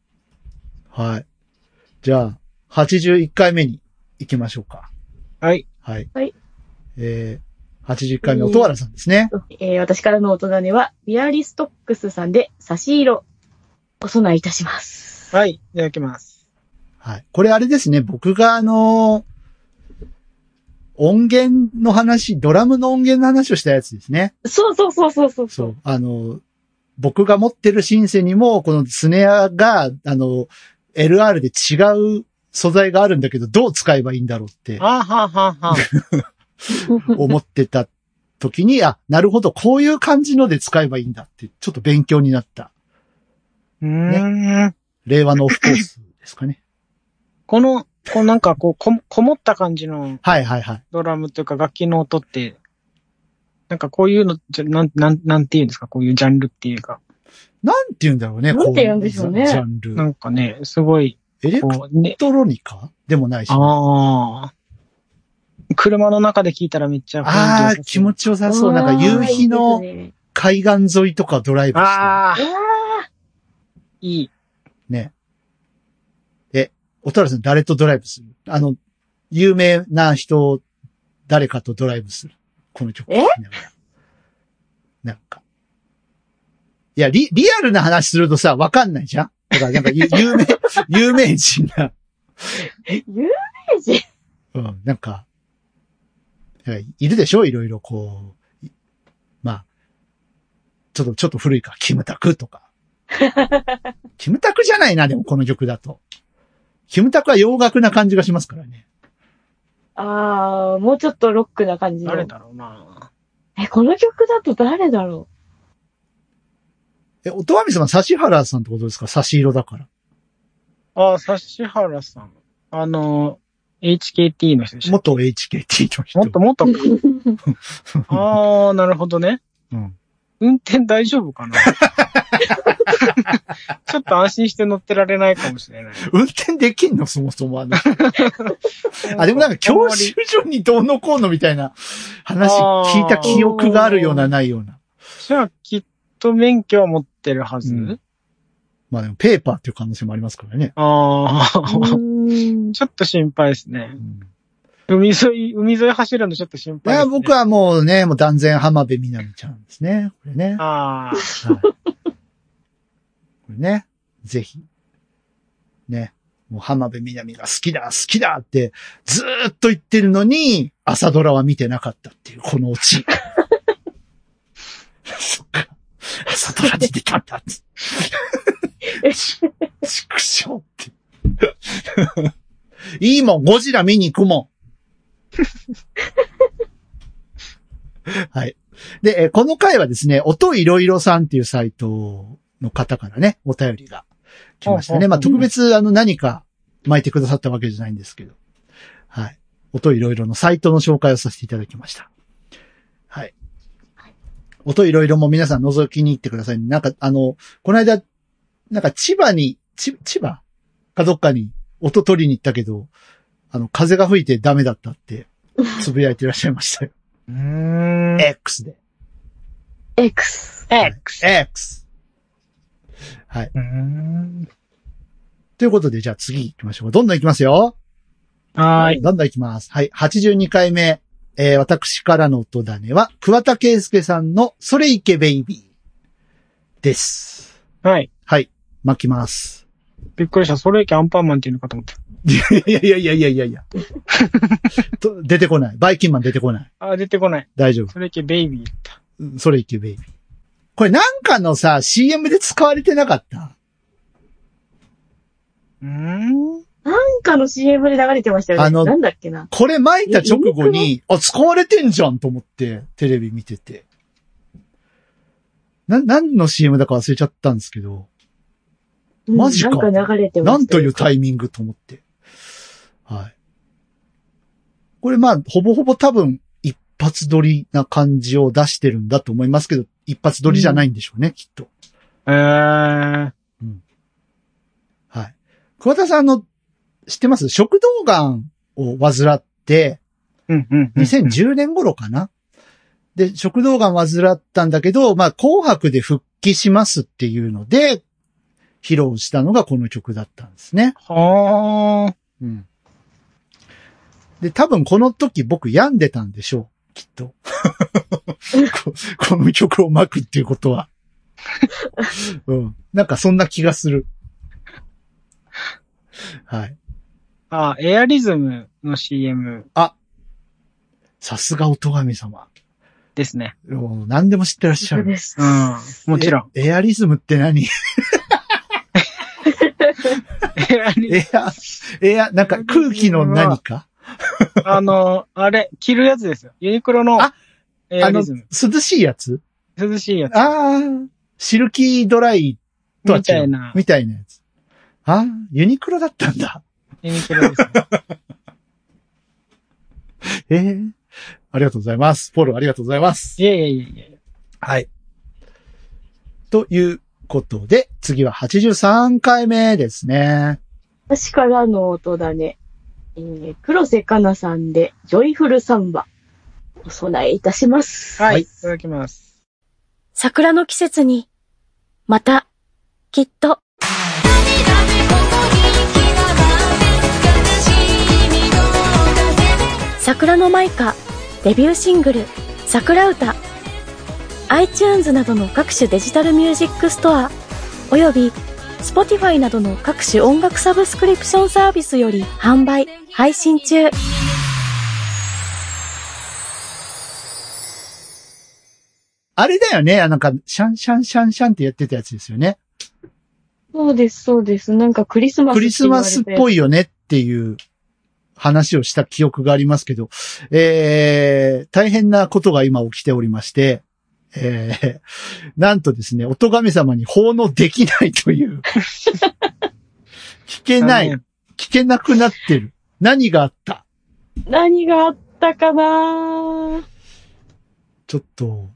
Speaker 3: はい。じゃあ、81回目に行きましょうか。
Speaker 5: はい。
Speaker 3: はい。
Speaker 4: はい。
Speaker 3: えー、81回目、音原さんですね。
Speaker 4: るえー私からの音種は、ビアリストックスさんで、差し色、お供えいたします。
Speaker 5: はい。いただきます。
Speaker 3: はい。これあれですね、僕があのー音源の話、ドラムの音源の話をしたやつですね。
Speaker 4: そうそうそうそうそう。
Speaker 3: そう。あのー僕が持ってるシンセにも、このスネアが、あのー LR で違う素材があるんだけど、どう使えばいいんだろうって
Speaker 5: あーはーはー はー
Speaker 3: 思ってた時に、あ、なるほど、こういう感じので使えばいいんだって、ちょっと勉強になった。
Speaker 5: うーん。
Speaker 3: 令和のオフコースですか ね。
Speaker 5: この、こうなんかこう、こ、こもった感じの
Speaker 3: はいはいはい。
Speaker 5: ドラムというか楽器の音って、なんかこういうの、じゃ、なん、なん、なんていうんですか、こういうジャンルっていうか。
Speaker 3: なんて言うんだろうね、
Speaker 4: なんて言うんでしょうね
Speaker 3: こジャンル
Speaker 5: な。んかね、すごい、
Speaker 3: エレク
Speaker 5: こう、ね
Speaker 3: エレ、クトロニカでもないし。あ
Speaker 5: ああ。車の中で聞いたらめっちゃ雰囲気良
Speaker 3: あ
Speaker 5: さそ
Speaker 3: ー、
Speaker 5: う
Speaker 3: 気持ちよさそう。なんか夕日の海岸沿いとかドライブして。
Speaker 5: あ
Speaker 4: あーいいです
Speaker 5: あ、
Speaker 4: ね
Speaker 5: いい。
Speaker 3: ね。え、おたらさん誰とドライブするあの、有名な人、誰かとドライブする。この曲聴きながら。なんか。いや、リ、リアルな話するとさ、わかんないじゃんだからなんかゆ 有名、有名人が、
Speaker 4: あー有名人
Speaker 3: うん、なんか、なんかいるでしょいろいろこう、いまあ、ちょっと、ちょっと古いか、キムタクとか。 キムタクじゃないな、でもこの曲だと。キムタクは洋楽な感じがしますからね。
Speaker 4: あー、もうちょっとロックな感じの。
Speaker 5: 誰だろうな。
Speaker 4: え、この曲だと誰だろ
Speaker 3: え、音神様、指原さんってことですか差し色だから。
Speaker 5: ああ、指原さん。あの、HKT の人でしょ
Speaker 3: 元 HKT の人。
Speaker 5: もっともっと
Speaker 4: う。
Speaker 5: ああ、なるほどね。
Speaker 3: うん。
Speaker 5: 運転大丈夫かなちょっと安心して乗ってられないかもしれない。
Speaker 3: 運転できんのそもそ もあの。あ、でもなんか教習所にどうのこうのみたいな話聞いた記憶があるようなないような。
Speaker 5: じゃあ、きっと免許は持ってるはず。
Speaker 3: うんまあでもペーパーっていう可能性もありますからね。
Speaker 5: ああ、
Speaker 4: うん
Speaker 5: ちょっと心配ですね
Speaker 3: う。ん
Speaker 5: 海沿い、海沿い走るのちょっと心
Speaker 3: い
Speaker 5: 配で
Speaker 3: や
Speaker 5: す、ね。
Speaker 3: 僕はもうね、もう断然浜辺美波ちゃんですね。これね。こ
Speaker 5: ああ、
Speaker 3: れね。ぜひ。ね。もう浜辺美波が好きだ、好きだってずーっと言ってるのに、朝ドラは見てなかったっていう、この オチ。そっか。朝ドラに出たんだって。畜生って。 いいもん、ゴジラ見に行くもん。はい。で、えーこの回はですね、音いろいろさんっていうサイトの方からね、お便りが来ました
Speaker 5: ほうほうほ
Speaker 3: ね。
Speaker 5: う
Speaker 3: まあ、特別あの何か巻いてくださったわけじゃないんですけど。はい。音いろいろのサイトの紹介をさせていただきました。はい。音いろいろも皆さん覗きに行ってくださいね。なんか、あの、この間、なんか千葉に、ち千葉かどっかに音取りに行ったけど、あの、風が吹いてダメだっ たって、つぶやいていらっしゃいましたよ。
Speaker 5: うーん。
Speaker 3: X で。
Speaker 4: X。
Speaker 5: X。
Speaker 3: X!
Speaker 5: うーん。
Speaker 3: ということで、じゃあ次行きましょう。どんどん行きますよ。
Speaker 5: はーい。
Speaker 3: どんどん行きます。はい。82回目。えー私からの音種は、桑田圭介さんの、それいけベイビーです。
Speaker 5: はい。
Speaker 3: はい。巻きます。
Speaker 5: びっくりした。それいけアンパンマンっていうのかと思った。
Speaker 3: いや いやいやいやいやいや。 と出てこない。バイキンマン出てこない。
Speaker 5: あー、出てこない。
Speaker 3: 大丈夫。
Speaker 5: それいけベイビーだっ
Speaker 3: それいけベイビー。これなんかのさ、CM で使われてなかった
Speaker 5: た。うーん。
Speaker 4: なんかの CM で流れてましたよね。
Speaker 3: あの
Speaker 4: なんだっけな。
Speaker 3: これ巻いた直後に、あ、使われてんじゃんと思って、テレビ見てて。な、何の CM だか忘れちゃったんですけど、
Speaker 4: うん
Speaker 3: マジか
Speaker 4: なんか流れてました
Speaker 3: な
Speaker 4: よ
Speaker 3: んというタイミングと思って。はい。これまあ、ほぼほぼ多分、一発撮りな感じを出してるんだと思いますけど、一発撮りじゃないんでしょうね、きっと。
Speaker 5: えー。
Speaker 3: はい。桑田さんの、知ってます食道がんを患って、
Speaker 5: うんうんうん。
Speaker 3: 2010年頃かな。で、食道がん患ったんだけど、まあ、紅白で復帰しますっていうので、披露したのがこの曲だったんですね。
Speaker 5: は
Speaker 3: うん。で、多分この時僕病んでたんでしょう。きっ と。ここの曲を巻くっていうことは。うん。なんかそんな気がする。はい。
Speaker 5: あ。あー、エアリズムの CM
Speaker 3: さすが音神様。
Speaker 5: ですね。
Speaker 3: もう何でも知ってらっしゃ
Speaker 4: そう
Speaker 3: る。
Speaker 4: です
Speaker 5: う。ん。もちろん。
Speaker 3: エアリズムって何
Speaker 5: エアリ
Speaker 3: エア、エア、なんか空気の何か
Speaker 5: あの、あれ、着るやつですよ。ユニクロの
Speaker 3: あ
Speaker 5: エア
Speaker 3: あの、
Speaker 5: リズム。
Speaker 3: 涼しいやつ
Speaker 5: 涼しいやつ。
Speaker 3: ああ、シルキードライとは違う。
Speaker 5: みたいな
Speaker 3: みたいなやつ。ああ、ユニクロだったんだ。
Speaker 5: ユニクロですね。
Speaker 3: ええありがとうございます。フォローありがとうございます。
Speaker 5: いやいやいやいや。
Speaker 3: はい。ということで、次は83回目ですね。
Speaker 4: 私からの音だね。えー黒瀬かなさんで、ジョイフルサンバ。お供えいたします。
Speaker 5: はいい、いただきます。
Speaker 1: 桜の季節に、また、きっと、桜のマイカ、デビューシングル、桜歌。iTunes などの各種デジタルミュージックストア、および Spotify などの各種音楽サブスクリプションサービスより販売、配信中。
Speaker 3: あれだよね。あなんか、シャンシャンシャンシャンってやってたやつですよね。
Speaker 4: そうです、そうです。なんかクリスマス
Speaker 3: クリスマスっぽ
Speaker 4: い。
Speaker 3: いよねっていう話をした記憶がありますけど、えー、大変なことが今起きておりまして、えー、なんとですね、お神様に奉納できないと いう、聞けない
Speaker 5: 残、
Speaker 3: 聞けなくなってる。何があった
Speaker 4: 何があったかな
Speaker 3: ちょっと、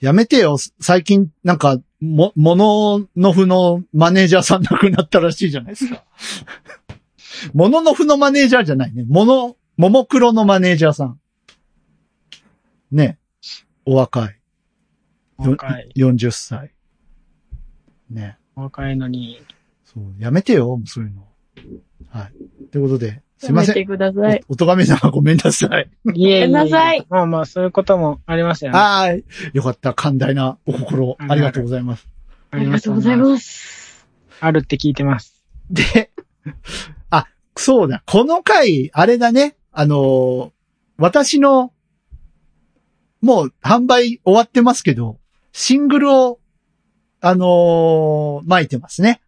Speaker 3: やめてよ。最近、なんか、も、もののふのマネージャーさん亡くなったらしいじゃないですか。もののふのマネージャーじゃないね。もの、ももクロのマネージャーさん。ね。お若い。よ
Speaker 5: 若い。
Speaker 3: 40歳。ね。
Speaker 5: 若いのに。
Speaker 3: そう。やめてよ、もうそういうの。はい。ということで、すいませ
Speaker 4: やめて
Speaker 3: ん。
Speaker 4: ください。
Speaker 3: お、おとがめさんごめんなさい。
Speaker 5: いえいえ
Speaker 4: ごめんなさい。
Speaker 5: まあまあ、そういうこともありましたよね。
Speaker 3: はーい。よかった。寛大なお心、ありがとうございます。
Speaker 4: あ
Speaker 5: あ
Speaker 4: りがとうござ
Speaker 5: す。
Speaker 4: います。
Speaker 5: あるって聞いてます。
Speaker 3: で、あ、そうだ。この回、あれだね。あのー私の、もう販売終わってますけど、シングルを、あのー巻いてますね。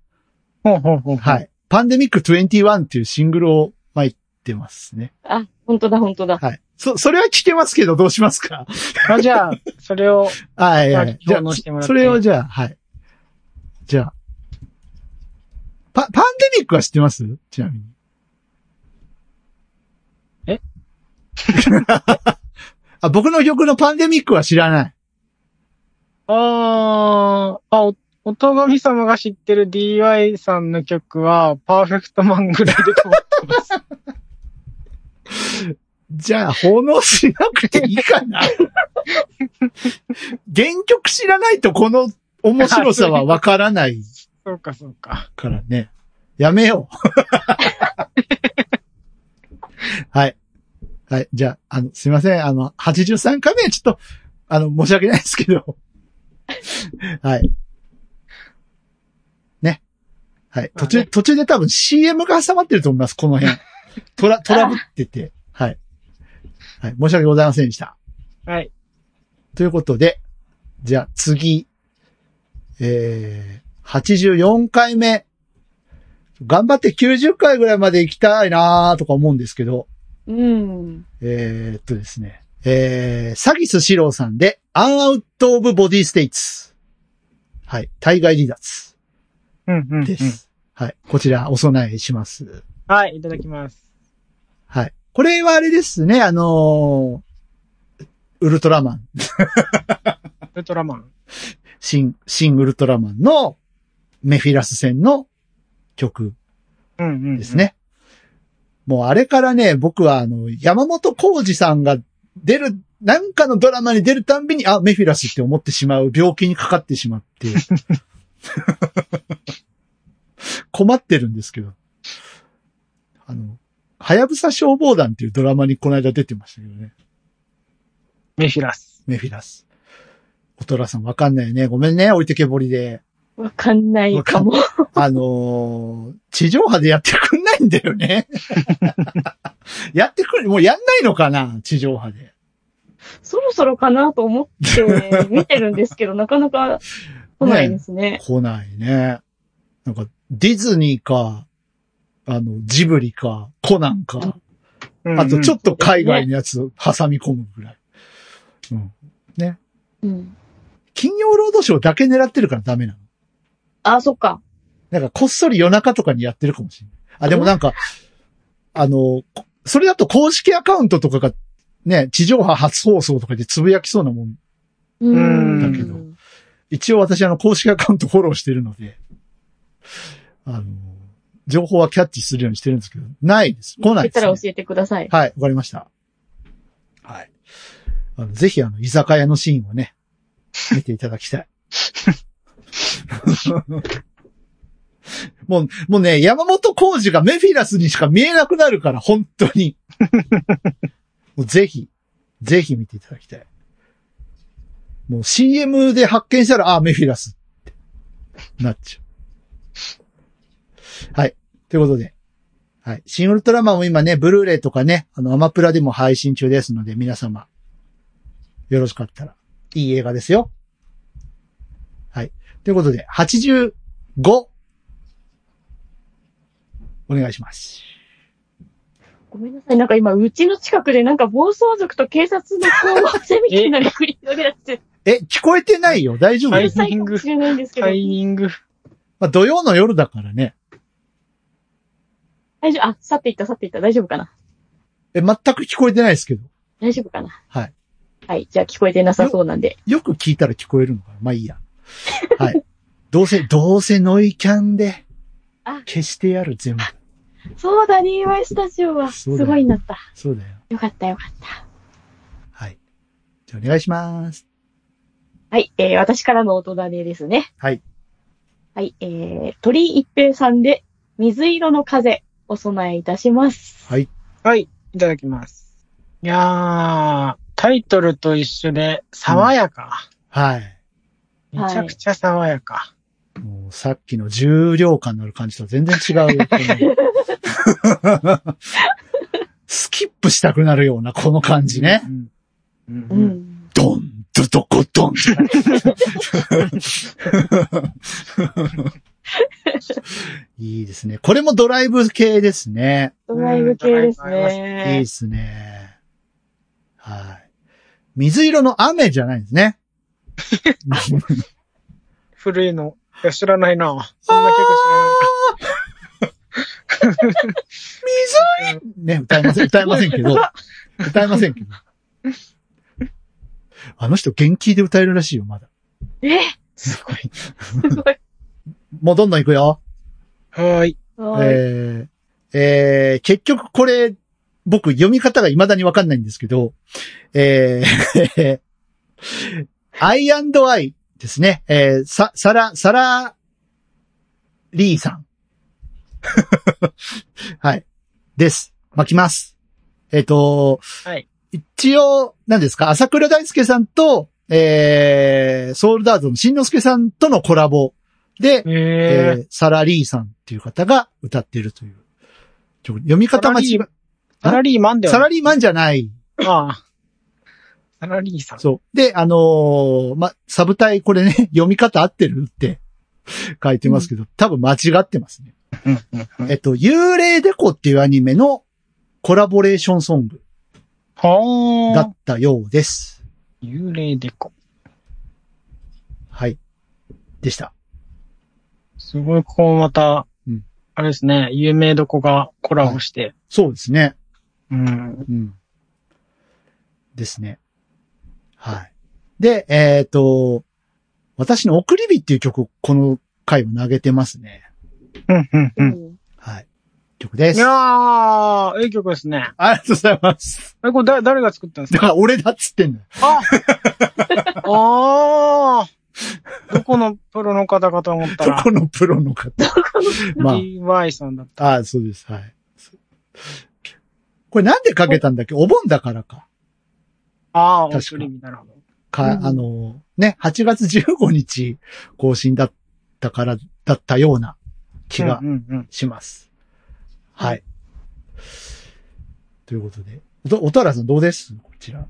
Speaker 5: ほうほうほう。
Speaker 3: は。い。パンデミック21っていうシングルを巻いてますね。
Speaker 4: あ、本当だ、本当だ。
Speaker 3: はい。そ、それは聞けますけど、どうしますか
Speaker 5: まあじゃあ、それを、
Speaker 3: はいはい。じ
Speaker 5: じゃ
Speaker 3: ゃ
Speaker 5: あ
Speaker 3: あ
Speaker 5: 奉納しても、らって
Speaker 3: それをじゃあ、はい。じゃあ。パ、パンデミックは知ってますちなみに。
Speaker 5: え
Speaker 3: あ、僕の曲のパンデミックは知らない。
Speaker 5: あー、あ、お、おとがみ様が知ってる DY さんの曲は、パーフェクトマンぐらいで止まってます。
Speaker 3: じゃあ、奉納しなくていいか な原曲知らないとこの面白さはわからない
Speaker 5: そうか、そうか。
Speaker 3: からね。やめよう。 はい。はい。じゃあ、あの、すいません。あの、83回目はちょっと、あの、申し訳ないですけど。 はい。ね。はい。
Speaker 5: まあ
Speaker 3: 途
Speaker 5: ね
Speaker 3: 中、途中で多分 CM が挟まってると思います。この辺。トラ、トラブってて。はい。はい。申し訳ございませんでした。
Speaker 5: はい。
Speaker 3: ということで、じゃあ次、えー、84回目。頑張って90回ぐらいまで行きたいなーとか思うんですけど、
Speaker 4: うん。
Speaker 3: えー、っとですね、えー、サギスシローさんで、アンアウトオブボディステイツ。はい、対外離脱
Speaker 5: うん、うん、うん。
Speaker 3: です。はい、こちらお供えします。
Speaker 5: はい、いただきます。
Speaker 3: はい。これはあれですね、あのーウルトラマ
Speaker 5: ウ
Speaker 3: ン
Speaker 5: ルトラマン。
Speaker 3: 新、新ウルトラマンのメフィラス戦の曲
Speaker 5: うん、うん。
Speaker 3: です。ね。もうあれからね、僕はあの、山本浩二さんが出る、なんかのドラマに出るたんびに、あ、メフィラスって思ってしまう病気にかかってしまって。 困ってるんですけど。あの、はやぶさ消防団っていうドラマにこの間出てましたけどね。
Speaker 5: メフィラス。
Speaker 3: メフィラス。おとらさんわかんないよね。ごめんね、置いてけぼりで。
Speaker 4: わかんないかも。
Speaker 3: あのー地上波でやってくんないんだよね。 やってくる、もうやんないのかな地上波で。
Speaker 4: そろそろかなと思 って見てるんですけど、なかなか来ないですね。
Speaker 3: 来ないね。なんか、ディズニーか、あの、ジブリか、コナンか、
Speaker 5: うんうん
Speaker 3: あとちょっと海外のやつを挟み込むぐらい。うん。
Speaker 4: うん。
Speaker 3: 金曜ロードショーだけ狙ってるからダメなの。
Speaker 4: あ、そっか。
Speaker 3: なんか、こっそり夜中とかにやってるかもしれない。あ、でもなんか、あの、こそれだと公式アカウントとかが、ね、地上波初放送とかでつぶやきそうなもん
Speaker 4: う
Speaker 5: うん
Speaker 3: だけど。一応私あの公式アカウントフォローしてるので、あの、情報はキャッチするようにしてるんですけど、ないです。来ない
Speaker 4: 言っ
Speaker 3: です、
Speaker 4: た
Speaker 3: ね。
Speaker 4: ら教えてください。
Speaker 3: はい、わかりました。はい。あの、ぜひあの、居酒屋のシーンをね、見ていただきたい。もう、もうね、山本浩二がメフィラスにしか見えなくなるから、本当に。もうぜひ、ぜひ見ていただきたい。もう CM で発見したら、あ、メフィラスって、なっちゃう。はい。ということで、はい。新ウルトラマンも今ね、ブルーレイとかね、あの、アマプラでも配信中ですので、皆様、よろしかったら、いい映画ですよ。はい。ということで、85、お願いします。
Speaker 4: ごめんなさい。なんか今、うちの近くでなんか暴走族と警察の交 互戦みたいなのが繰り広げら れてて、
Speaker 3: え、聞こえてないよ大丈夫、
Speaker 5: は
Speaker 4: うる
Speaker 5: い
Speaker 4: さいかもしれないんですけど
Speaker 5: タ、イミング。
Speaker 3: まあ、土曜の夜だからね。
Speaker 4: 大丈夫、あ、去っていった、去っていった、大丈夫かな
Speaker 3: え、全く聞こえてないですけど。
Speaker 4: 大丈夫かな
Speaker 3: はい。
Speaker 4: はい、じゃあ聞こえてなさそうなんで。
Speaker 3: よく聞いたら聞こえるのかなまあいいや。 はい。どうせ、どうせノイキャンで
Speaker 4: あ、
Speaker 3: 消してやる、全部。
Speaker 4: そうだね、岩井スタジオは。す
Speaker 3: そうだよ
Speaker 4: ごいなった。
Speaker 3: そうだよ。
Speaker 4: よかったよかった。
Speaker 3: はい。じゃあお願いします。
Speaker 4: はい、えー、私からの音種ですね。
Speaker 3: はい。
Speaker 4: はい、えー、鳥一平さんで、水色の風、お供えいたします。
Speaker 3: はい。
Speaker 5: はい、いただきます。いやー、タイトルと一緒で、爽やか。
Speaker 3: はい。
Speaker 4: うん
Speaker 5: めちゃくちゃ爽やか。
Speaker 3: もうさっきの重量感のある感じと全然違う。この スキップしたくなるような、この感じね。
Speaker 5: うん。うん。う
Speaker 4: う
Speaker 5: ん
Speaker 4: ん。
Speaker 3: ドン、ドドコドン。いいですね。これもドライブ系ですね。
Speaker 4: ドライブ系です
Speaker 3: いい
Speaker 4: ね
Speaker 3: で。すね。はい。水色の雨じゃないんですね。
Speaker 5: 古いの。いや、知らないな。そんな曲知らない。
Speaker 3: ね、歌えません、歌えませんけど。歌えませんけど。あの人、元気で歌えるらしいよ、まだ。
Speaker 4: え、
Speaker 5: すごい。
Speaker 4: すごい。
Speaker 3: もうどんどん行くよ。
Speaker 5: はーい。
Speaker 4: はい
Speaker 3: えーえー結局これ、僕読み方が未だにわかんないんですけど、えー、I&I ですね。えー、さ、さら、さら、リーさん。 はい。です。巻きます。えっ、と、
Speaker 5: はい
Speaker 3: 一応、何ですか朝倉大輔さんと、えー、ソウルダーズの新之助さんとのコラボで、え
Speaker 5: えー、
Speaker 3: ーサラリーさんっていう方が歌ってるという。ちょ読み方間違え、
Speaker 5: サラリーマンでは
Speaker 3: サラ
Speaker 5: ない。
Speaker 3: リーマンじゃない。
Speaker 5: ああサラリーさん。
Speaker 3: そう。で、あのーま、サブタイこれね、 読み方合ってるって書いてますけど、多分間違ってますね。えっと、幽霊デコっていうアニメのコラボレーションソング
Speaker 5: は
Speaker 3: だ
Speaker 5: あ。
Speaker 3: ったようです。
Speaker 5: 幽霊デコ。
Speaker 3: はい。でした。
Speaker 5: すごい、ここもまた
Speaker 3: うん、
Speaker 5: あれですね、有名どこがコラボして。
Speaker 3: そうですね。
Speaker 5: うん。
Speaker 3: うん。ですね。はい。で、えっ、と、私の送り火っていう曲をこの回は投げてますね。
Speaker 5: うん、うん、う。
Speaker 4: うんん
Speaker 3: はい。曲で
Speaker 5: い
Speaker 3: す。
Speaker 5: や
Speaker 3: あ
Speaker 5: ー、いい曲ですね。
Speaker 3: りがとうござ います。
Speaker 5: え、これだ、誰が作ったんです
Speaker 3: だ
Speaker 5: か
Speaker 3: から俺だっつってんのよ。
Speaker 5: ああーどこのプロの方かと思った
Speaker 3: ど
Speaker 5: ら、
Speaker 3: このプロの 方。ま
Speaker 5: DY さんだった。
Speaker 3: あ、ああそうです。はい。これなんでかけたんだっけお盆だからか。
Speaker 5: ああ、お
Speaker 3: 確か
Speaker 5: 一人、なるほど。
Speaker 3: か、
Speaker 4: うん
Speaker 3: あの、ね、8月15日更新だったから、だったような気が
Speaker 5: うんうん
Speaker 3: します。はい。ということで。おと、おたらさんどうですこちら。
Speaker 4: 好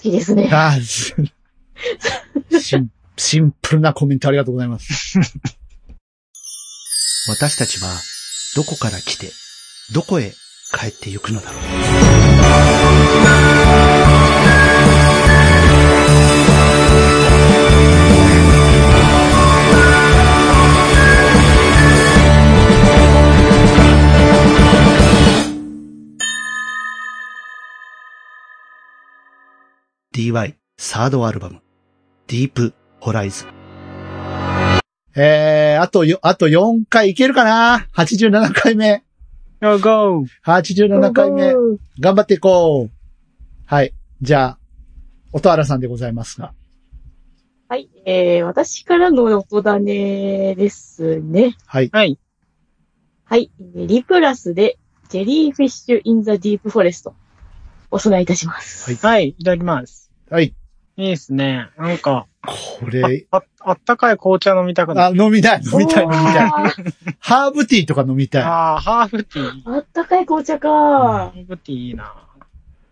Speaker 4: きですね。
Speaker 3: あーすシンシンプルなコメントありがとうございます。私たちは、どこから来て、どこへ帰ってゆくのだろう。DY サードアルバム、ディープホライズン。えー、あとよ、あと4回いけるかな ?87 回目。
Speaker 5: うん。よ、go!
Speaker 3: 87回目。頑張っていこう。はい。じゃあ、音原さんでございますが。
Speaker 4: はい、えー、私からの音種ですね。
Speaker 3: はい。
Speaker 5: はい。
Speaker 4: はい、リプラスで、ジェリーフィッシュ・イン・ザ・ディープ・フォレスト、お供えいたします。
Speaker 3: は
Speaker 5: は
Speaker 3: い
Speaker 5: い、いただきます。
Speaker 3: はい。
Speaker 5: いいですね。なんか、
Speaker 3: これ、
Speaker 5: あ、あったかい紅茶飲みたくなる。
Speaker 3: あ、飲みたい、飲みたい、飲みたい。
Speaker 4: おー
Speaker 3: ハーブティーとか飲みた
Speaker 5: ああ、ハーフティー。
Speaker 4: あったかい紅茶か
Speaker 5: ハ。ーフティーいいな。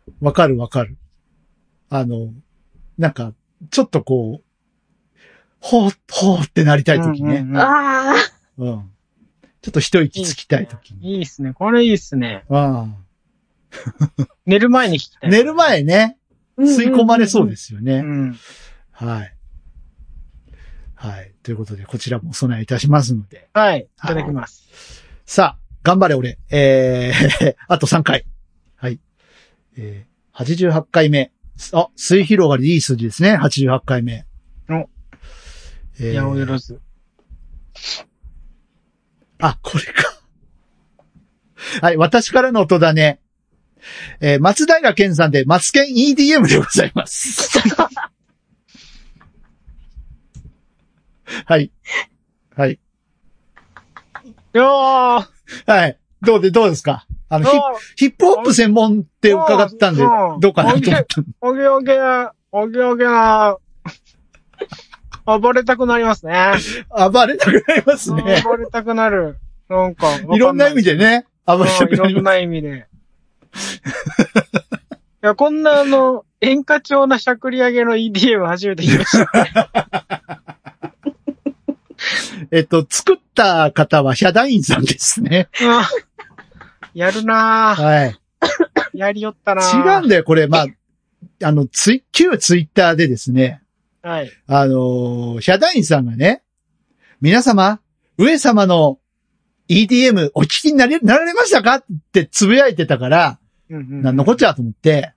Speaker 3: い。わかるわかる。あの、なんか、ちょっとこう、ほー、ほーってなりたいとき
Speaker 5: う
Speaker 3: ね。
Speaker 5: んうんうん
Speaker 4: ああ、。
Speaker 3: うんちょっと一息つきたいときに。
Speaker 5: いいですね。これいいですね。
Speaker 3: うん
Speaker 5: 寝る前に聞きたい。
Speaker 3: 寝る前ね、吸い込まれそうですすよ
Speaker 5: う
Speaker 3: ね。
Speaker 5: ん。
Speaker 3: はい。はい。ということで、こちらもお供えいたしますので。
Speaker 5: はい、いただきます。
Speaker 3: さあ、頑張れ俺。えー、 あと3回。はい。えー、88回目。あ、水広がりでいい数字ですね。88回目。
Speaker 5: お
Speaker 3: えー
Speaker 5: やおよろず。
Speaker 3: あ、これか。はい、私からの音だね。えー松平健さんで、松健 EDM でございます。 はい。はい。
Speaker 5: よー
Speaker 3: はい。どうで、どうですかあの、ヒッ
Speaker 5: よ
Speaker 3: ヒップホップ専門って伺ったんで
Speaker 5: うんう、ん
Speaker 3: どうかなと思った。
Speaker 5: ーおげおげ、おげおげな、暴れたくなりますね。
Speaker 3: 暴れたくなりますね。
Speaker 5: 暴れたくなる。なんか、わか
Speaker 3: いろんな意味でね、暴
Speaker 5: う
Speaker 3: れた
Speaker 5: ん
Speaker 3: く
Speaker 5: い
Speaker 3: なり
Speaker 5: ろん
Speaker 3: ま
Speaker 5: な意味 で。いや、こんなあの、演歌調なしゃくり上げの EDM 初めて聞きま した。
Speaker 3: す。えっと、作った方はヒャダインさんですね。
Speaker 5: うわやるなぁ。
Speaker 3: はい。
Speaker 5: やりよったな
Speaker 3: 違うん
Speaker 5: ぁ。
Speaker 3: だよ、これ。まあ、あの、ツイ、旧ツイッターでですね、
Speaker 5: はい。
Speaker 3: あのーヒャダインさんがね、皆様、上様の EDM お聞きになれ、なられましたかってつぶやいてたから、
Speaker 5: うんうん
Speaker 3: なんのこっちゃと思って、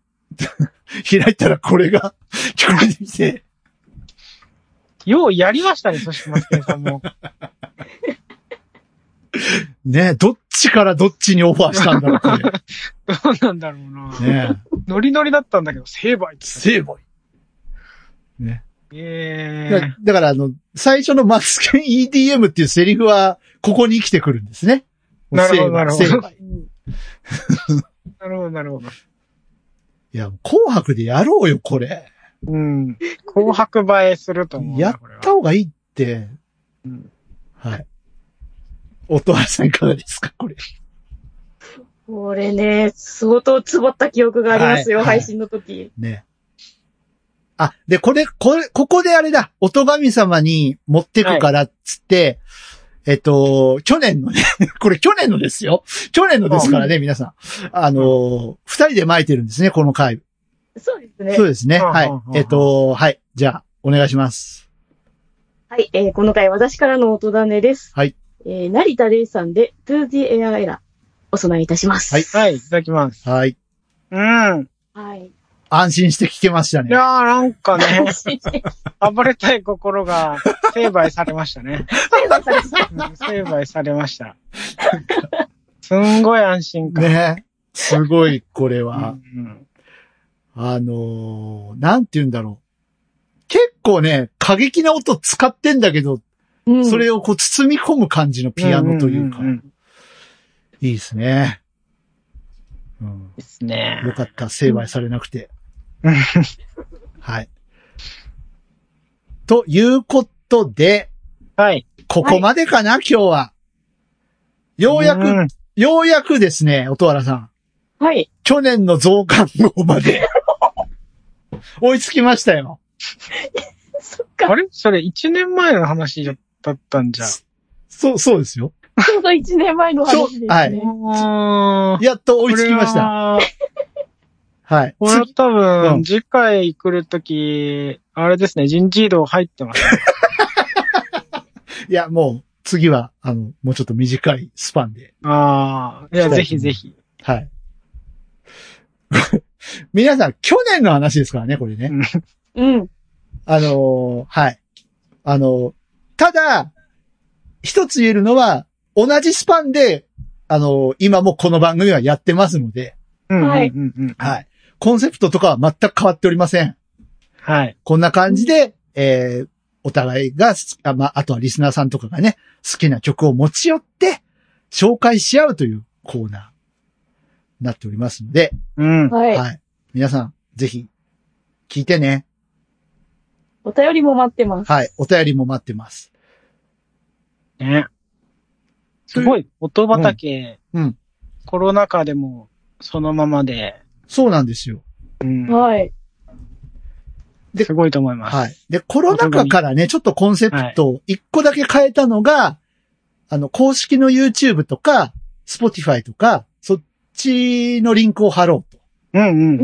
Speaker 3: 開いたらこれが聞こえてきて、
Speaker 5: ようやりましたね、そしてマスケンさんも。
Speaker 3: ねどっちからどっちにオファーしたんだろうって
Speaker 5: どうなんだろうなぁ。
Speaker 3: いう。ね
Speaker 5: ノリノリだったんだけど、成敗って。
Speaker 3: セーボイ。
Speaker 5: ええ
Speaker 3: だだから、あの、最初のマスケン EDM っていうセリフは、ここに生きてくるんですね。
Speaker 5: なるほどなるほど
Speaker 3: 成敗
Speaker 5: なるほど、なるほど。
Speaker 3: いや、紅白でやろうよ、これ。
Speaker 5: うん。紅白映えすると思う
Speaker 3: や
Speaker 5: な。
Speaker 3: っ
Speaker 5: これは
Speaker 3: た方がいいって。
Speaker 5: うん
Speaker 3: はい。音原さんいかがですかこれ。
Speaker 4: これね、相当つぼった記憶がありますよ、
Speaker 3: はいはい
Speaker 4: 配信の時。
Speaker 3: ね。あ、で、これ、これ、ここであれだ。音神様に持ってくからっつって、えっと、去年のね、 これ去年のですよ。去年のですからね、皆さん。あの、二人で巻いてるんですね、この回。
Speaker 4: そうですね
Speaker 3: そう。ですね。
Speaker 5: うん
Speaker 3: は
Speaker 5: う
Speaker 3: い
Speaker 5: んうんう。ん
Speaker 3: えっと、はい。じゃあ、お願いします。
Speaker 4: はい、えーこの回私からの音種です。
Speaker 3: はい。
Speaker 4: えー成田玲さんで、to the air era、お供えいたします。
Speaker 3: はい
Speaker 5: はい、いただきます。
Speaker 3: はい。
Speaker 5: うん。
Speaker 4: はい。
Speaker 3: 安心して聞けました
Speaker 5: い
Speaker 3: ね
Speaker 5: や。ー、なんか ね、
Speaker 4: 成
Speaker 5: 暴れたい心が成敗されましたね。
Speaker 4: 敗されました
Speaker 5: うん成敗されま した。すんごい安心感。
Speaker 3: ね。すご い、これ
Speaker 5: う
Speaker 3: は。
Speaker 5: ん
Speaker 3: あのー、なんて言うんだろう。結構ね、過激な音使ってんだけど、
Speaker 4: うん
Speaker 3: それをこう包み込む感じのピアノというか、
Speaker 5: んんんん
Speaker 3: いいですね。うん、
Speaker 5: ですね。
Speaker 3: よかった、成敗されなくて。
Speaker 5: うん
Speaker 3: はい。ということで、
Speaker 5: はい。
Speaker 3: ここまでかな、今日は。ようやく、
Speaker 5: ん
Speaker 3: ようやくですね、音原さん。
Speaker 4: はい。
Speaker 3: 去年の増刊号まで、 追いつきましたよ。
Speaker 4: そっか。
Speaker 5: あれそれ1年前の話だったんじゃ。
Speaker 3: そう、そうですよ。
Speaker 4: ちょうど1年前の話ですね。
Speaker 3: はい
Speaker 5: あー
Speaker 3: やっと追いつきました。。はい。
Speaker 5: これは
Speaker 3: 次
Speaker 5: 多
Speaker 3: う
Speaker 5: 分、
Speaker 3: ん
Speaker 5: 次回来るとき、あれですね、人事異動入ってます。
Speaker 3: いや、もう、次は、あの、もうちょっと短いスパンで。
Speaker 5: ああ、いや、
Speaker 3: そう
Speaker 5: ぜ
Speaker 3: です
Speaker 5: ひ
Speaker 3: ね
Speaker 5: ぜひ。
Speaker 3: はい。 皆さん、去年の話ですからね、これね。
Speaker 4: うん。
Speaker 3: あのーはい。あのーただ、一つ言えるのは、同じスパンで、あのー今もこの番組はやってますので、
Speaker 5: うんうん
Speaker 4: はい
Speaker 5: うんうん。
Speaker 3: はい。コンセプトとかは全く変わっておりません。
Speaker 5: はい。
Speaker 3: こんな感じで、えーお互いがすあ、まあ、あとはリスナーさんとかがね、好きな曲を持ち寄って、紹介し合うというコーナー、になっておりますので、
Speaker 5: うん。
Speaker 4: はい。
Speaker 3: はい。皆さん、ぜひ、聞いてね。
Speaker 4: お便りも待ってます。
Speaker 3: はい。お便りも待ってます。
Speaker 5: ね。すごい、音畑、
Speaker 3: うんうん
Speaker 5: コロナ禍でも、そのままで、
Speaker 3: そうなんですよ。
Speaker 5: うん
Speaker 4: はい。
Speaker 3: です
Speaker 5: ごいと思います。
Speaker 3: はい。で、コロナ禍からね、ちょっとコンセプトを一個だけ変えたのが、あの、公式の YouTube とか、Spotify とか、そっちのリンクを貼ろう
Speaker 5: うんうんうんうん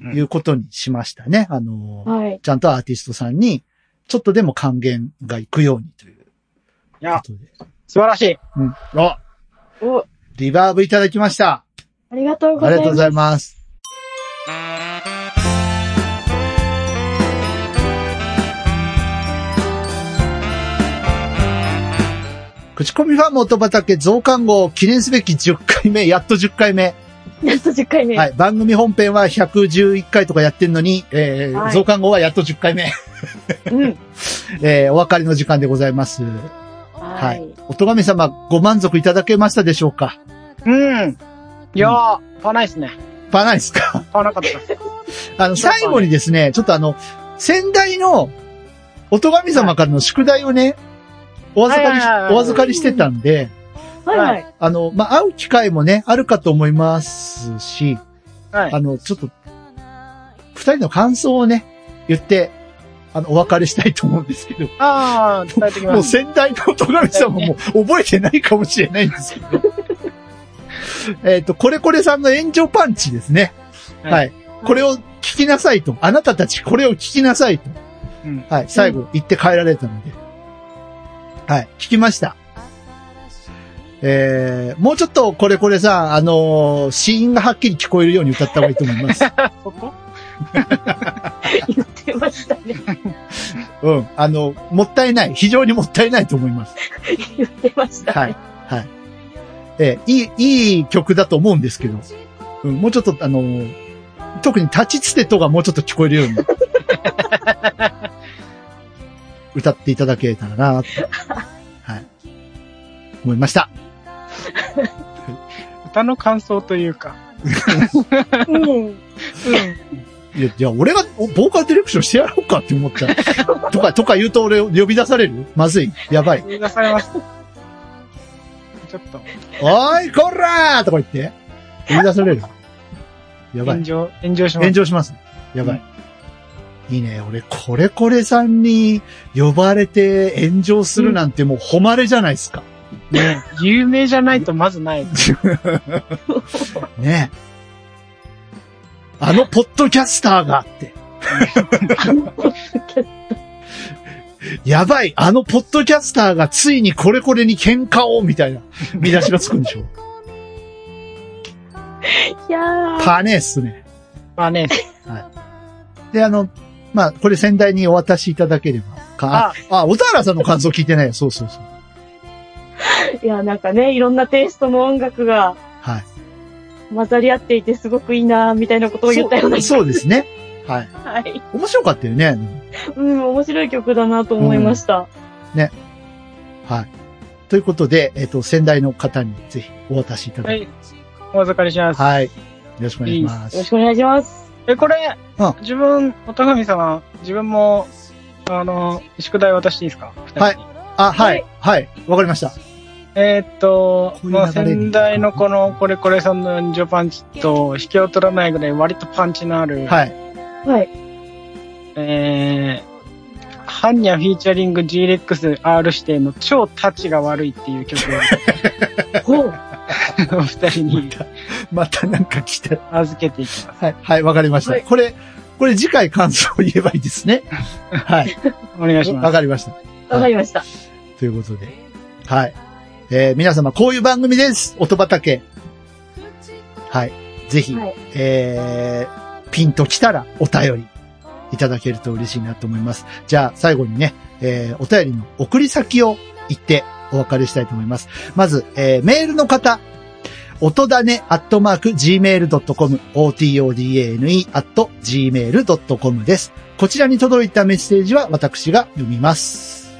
Speaker 3: と
Speaker 5: うん。
Speaker 3: いうことにしましたね。あのー
Speaker 4: はい。
Speaker 3: ちゃんとアーティストさんに、ちょっとでも還元がいくようにということで。
Speaker 5: 素晴らしい。
Speaker 3: うん。あ、
Speaker 4: お、
Speaker 3: リバーブいただきました。
Speaker 4: ありがとうご
Speaker 3: あ
Speaker 4: ざいます。
Speaker 3: りがとうございます。口コミファーム音畑増刊号記念すべき10回目、やっと10回目。
Speaker 4: やっと10回目。
Speaker 3: はい。番組本編は111回とかやってんのに、えー
Speaker 4: はい
Speaker 3: 増刊号はやっと10回目。
Speaker 4: うん。
Speaker 3: えーお別れの時間でございます。は
Speaker 4: はいい。
Speaker 3: おとがめ様、ご満足いただけましたでしょうか
Speaker 5: うん。いやー、買わないですね。
Speaker 3: パないですか
Speaker 5: 買わなかった です。
Speaker 3: あの、最後にですね、ちょっとあの、先代の、おとがみ様からの宿題をね、お預かりし
Speaker 5: はいはいはいは、い
Speaker 3: お預かりしてたんで、
Speaker 4: はいはい。
Speaker 3: あの、まあ、会う機会もね、あるかと思いますし、
Speaker 5: はい。
Speaker 3: あの、ちょっと、二人の感想をね、言って、あの、お別れしたいと思うんですけど、
Speaker 5: あー、伝えてき
Speaker 3: も
Speaker 5: ま
Speaker 3: う
Speaker 5: す。
Speaker 3: 先代の戸上さんももう覚えてないかもしれないんですけど。 えっと、これこれさんの炎上パンチですね。
Speaker 5: は
Speaker 3: はいい。これを聞きなさいと。あなたたちこれを聞きなさいと。
Speaker 5: うん
Speaker 3: はい。最後、言って帰られたので。はい。聞きました。えー、もうちょっとこれこれさん、あのー死因がはっきり聞こえるように歌った方がいいと思 います。
Speaker 5: そこ
Speaker 4: 言ってましたね。
Speaker 3: うん。あの、もったいない。非常にもったいないと思います。
Speaker 4: 言ってました。
Speaker 3: はい。はい。えーいい、いい曲だと思うんですけど、うん、もうちょっと、あのー特に立ちつてとがもうちょっと聞こえるように、歌っていただけたらなって、はい。思いました。
Speaker 5: 歌の感想というか。
Speaker 4: うん。
Speaker 3: いや、じゃあ俺がおボーカルディレクションしてやろうかって思った。 とか、とか言うと俺を呼び出されるまずい。やばい。
Speaker 5: 言い出されます。ちょっと、
Speaker 3: おーい、こらーとか言って。呼び出される。やばい
Speaker 5: 炎。上、炎上しま
Speaker 3: 炎
Speaker 5: す。
Speaker 3: 上します。やばい。いいね。俺、これこれさんに呼ばれて炎上するなんてもう誉れじゃないですか。
Speaker 5: ね有名じゃないとまずない。
Speaker 3: ねえ。あのポッドキャスターがあって。やばい、あのポッドキャスターがついにこれこれに喧嘩をみたい な見出しがつくんでしょ。
Speaker 4: いやー。
Speaker 3: パネーっすね。
Speaker 5: まあ ね、
Speaker 3: で、あの、まあ、これ先代にお渡しいただければ。かあ、あ、小田原さんの感想聞いてないよ。そうそうそう。
Speaker 4: いや、なんかね、いろんなテイストの音楽が
Speaker 3: はい。
Speaker 4: 混ざり合っていてすごくいいなーみたいなことを言ったような。
Speaker 3: そうそうですね。はい。
Speaker 4: はい。
Speaker 3: 面白かったよね。
Speaker 4: うん、面白い曲だなと思いました。
Speaker 3: はい。ということで、えっ、と、先代の方にぜひお渡しいただ
Speaker 5: はい
Speaker 3: て。
Speaker 5: い。お預かりします。
Speaker 3: はい。よろしくお願いしま
Speaker 4: よろし
Speaker 3: す。
Speaker 4: くお願いします。
Speaker 5: え、これ
Speaker 3: うん、
Speaker 5: 自分、おたがみ様、自分も、あの、宿題渡していいですか
Speaker 3: は
Speaker 5: 二
Speaker 3: い。
Speaker 5: 人に
Speaker 3: あ、はい。はい。わかりました。
Speaker 5: えーっと、
Speaker 3: ういう流れ
Speaker 5: まあ、
Speaker 3: で
Speaker 5: 先代のこの、これこれさんの炎上パンチと、引けを取らないぐらい割とパンチのある、
Speaker 3: はい。
Speaker 4: はい。
Speaker 5: えー、ハンニャフィーチャリング G-REX R 指定の超タチが悪いっていう曲
Speaker 4: ほ う。
Speaker 5: をお二人に
Speaker 3: またなんか来て。
Speaker 5: 預けていきます。
Speaker 3: はい。はい。わかりました。
Speaker 4: はい
Speaker 3: これ、これ次回感想を言えばいいですね。はい。
Speaker 5: お願いしま
Speaker 3: わ
Speaker 5: す。
Speaker 3: かりました。
Speaker 4: わかりました。
Speaker 3: ということで。はい。えー皆様、こういう番組です。音畑。はい。ぜひ、
Speaker 4: はい
Speaker 3: えーピンときたらお便りいただけると嬉しいなと思います。じゃあ、最後にね、えーお便りの送り先を言ってお別れしたいと思います。まず、えーメールの方。音だね、アットマーク、gmail.com、otodane、アット、gmail.com です。こちらに届いたメッセージは私が読みます。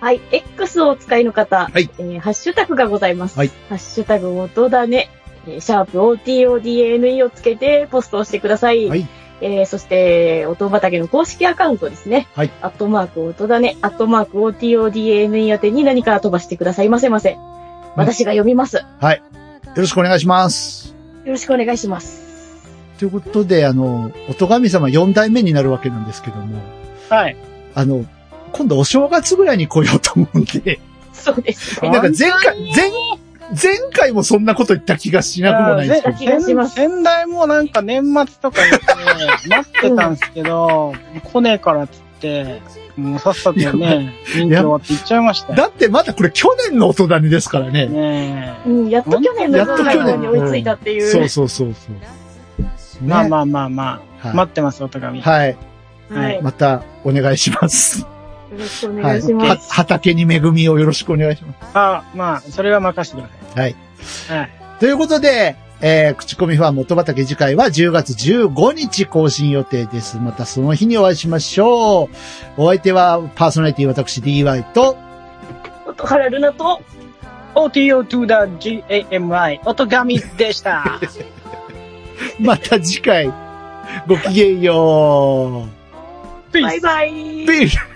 Speaker 4: はい。X をお使いの方、
Speaker 3: はい
Speaker 4: えーハッシュタグがございます。
Speaker 3: はい
Speaker 4: ハッシュタグ音だね、えーシャープ OTODANE をつけてポストをしてください。
Speaker 3: はい
Speaker 4: えーそして、音畑の公式アカウントですね。
Speaker 3: はい
Speaker 4: アットマーク音だね、アットマーク OTODANE 宛てに何か飛ばしてくださいませませ。私が読みます。よ
Speaker 3: よろしくお願いします。
Speaker 4: ろしくお願いします。
Speaker 3: ということで、あの、お神様4代目になるわけなんですけども、
Speaker 5: はい。
Speaker 3: あの、今度お正月ぐらいに来ようと思うんで、
Speaker 4: そうですね。
Speaker 3: なんか前回、前、前回もそんなこと言った気がしなくもないです けど
Speaker 4: 気がします
Speaker 5: 先代もなんか年末とか言って、待ってたんですけど、来ねえからって言って、もうさっさとね、人気終わって行っちゃいましたよ
Speaker 3: だってまだこれ去年の音種ですからね。
Speaker 5: ねえ。
Speaker 4: うん、やっと去年の
Speaker 3: やっと
Speaker 4: 動
Speaker 3: 去
Speaker 4: 画
Speaker 3: 年
Speaker 4: に追いついたっていう。
Speaker 3: そうそうそうそう。ね
Speaker 5: まあまあまあまあ、
Speaker 3: はい
Speaker 5: 待ってます、おたがみ。
Speaker 3: はい。
Speaker 5: は
Speaker 4: はいい。
Speaker 3: またお願いします。
Speaker 4: よろしくお
Speaker 3: は
Speaker 4: 願い
Speaker 3: い。
Speaker 4: しま
Speaker 3: は
Speaker 4: す。
Speaker 3: 畑に恵みをよろしくお願いします。
Speaker 5: あまあ、それは任せてくだ
Speaker 3: はい。
Speaker 5: さい。はい。
Speaker 3: ということで、えー、口コミファン元畑次回は10月15日更新予定です。またその日にお会いしましょう。お相手はパーソナリティ私 DY と、
Speaker 4: 音原ルナと、
Speaker 5: OTO2GAMI、音神でした。
Speaker 3: また次回、ごきげんよう。
Speaker 5: Peace.
Speaker 4: バイバイ。
Speaker 3: ビール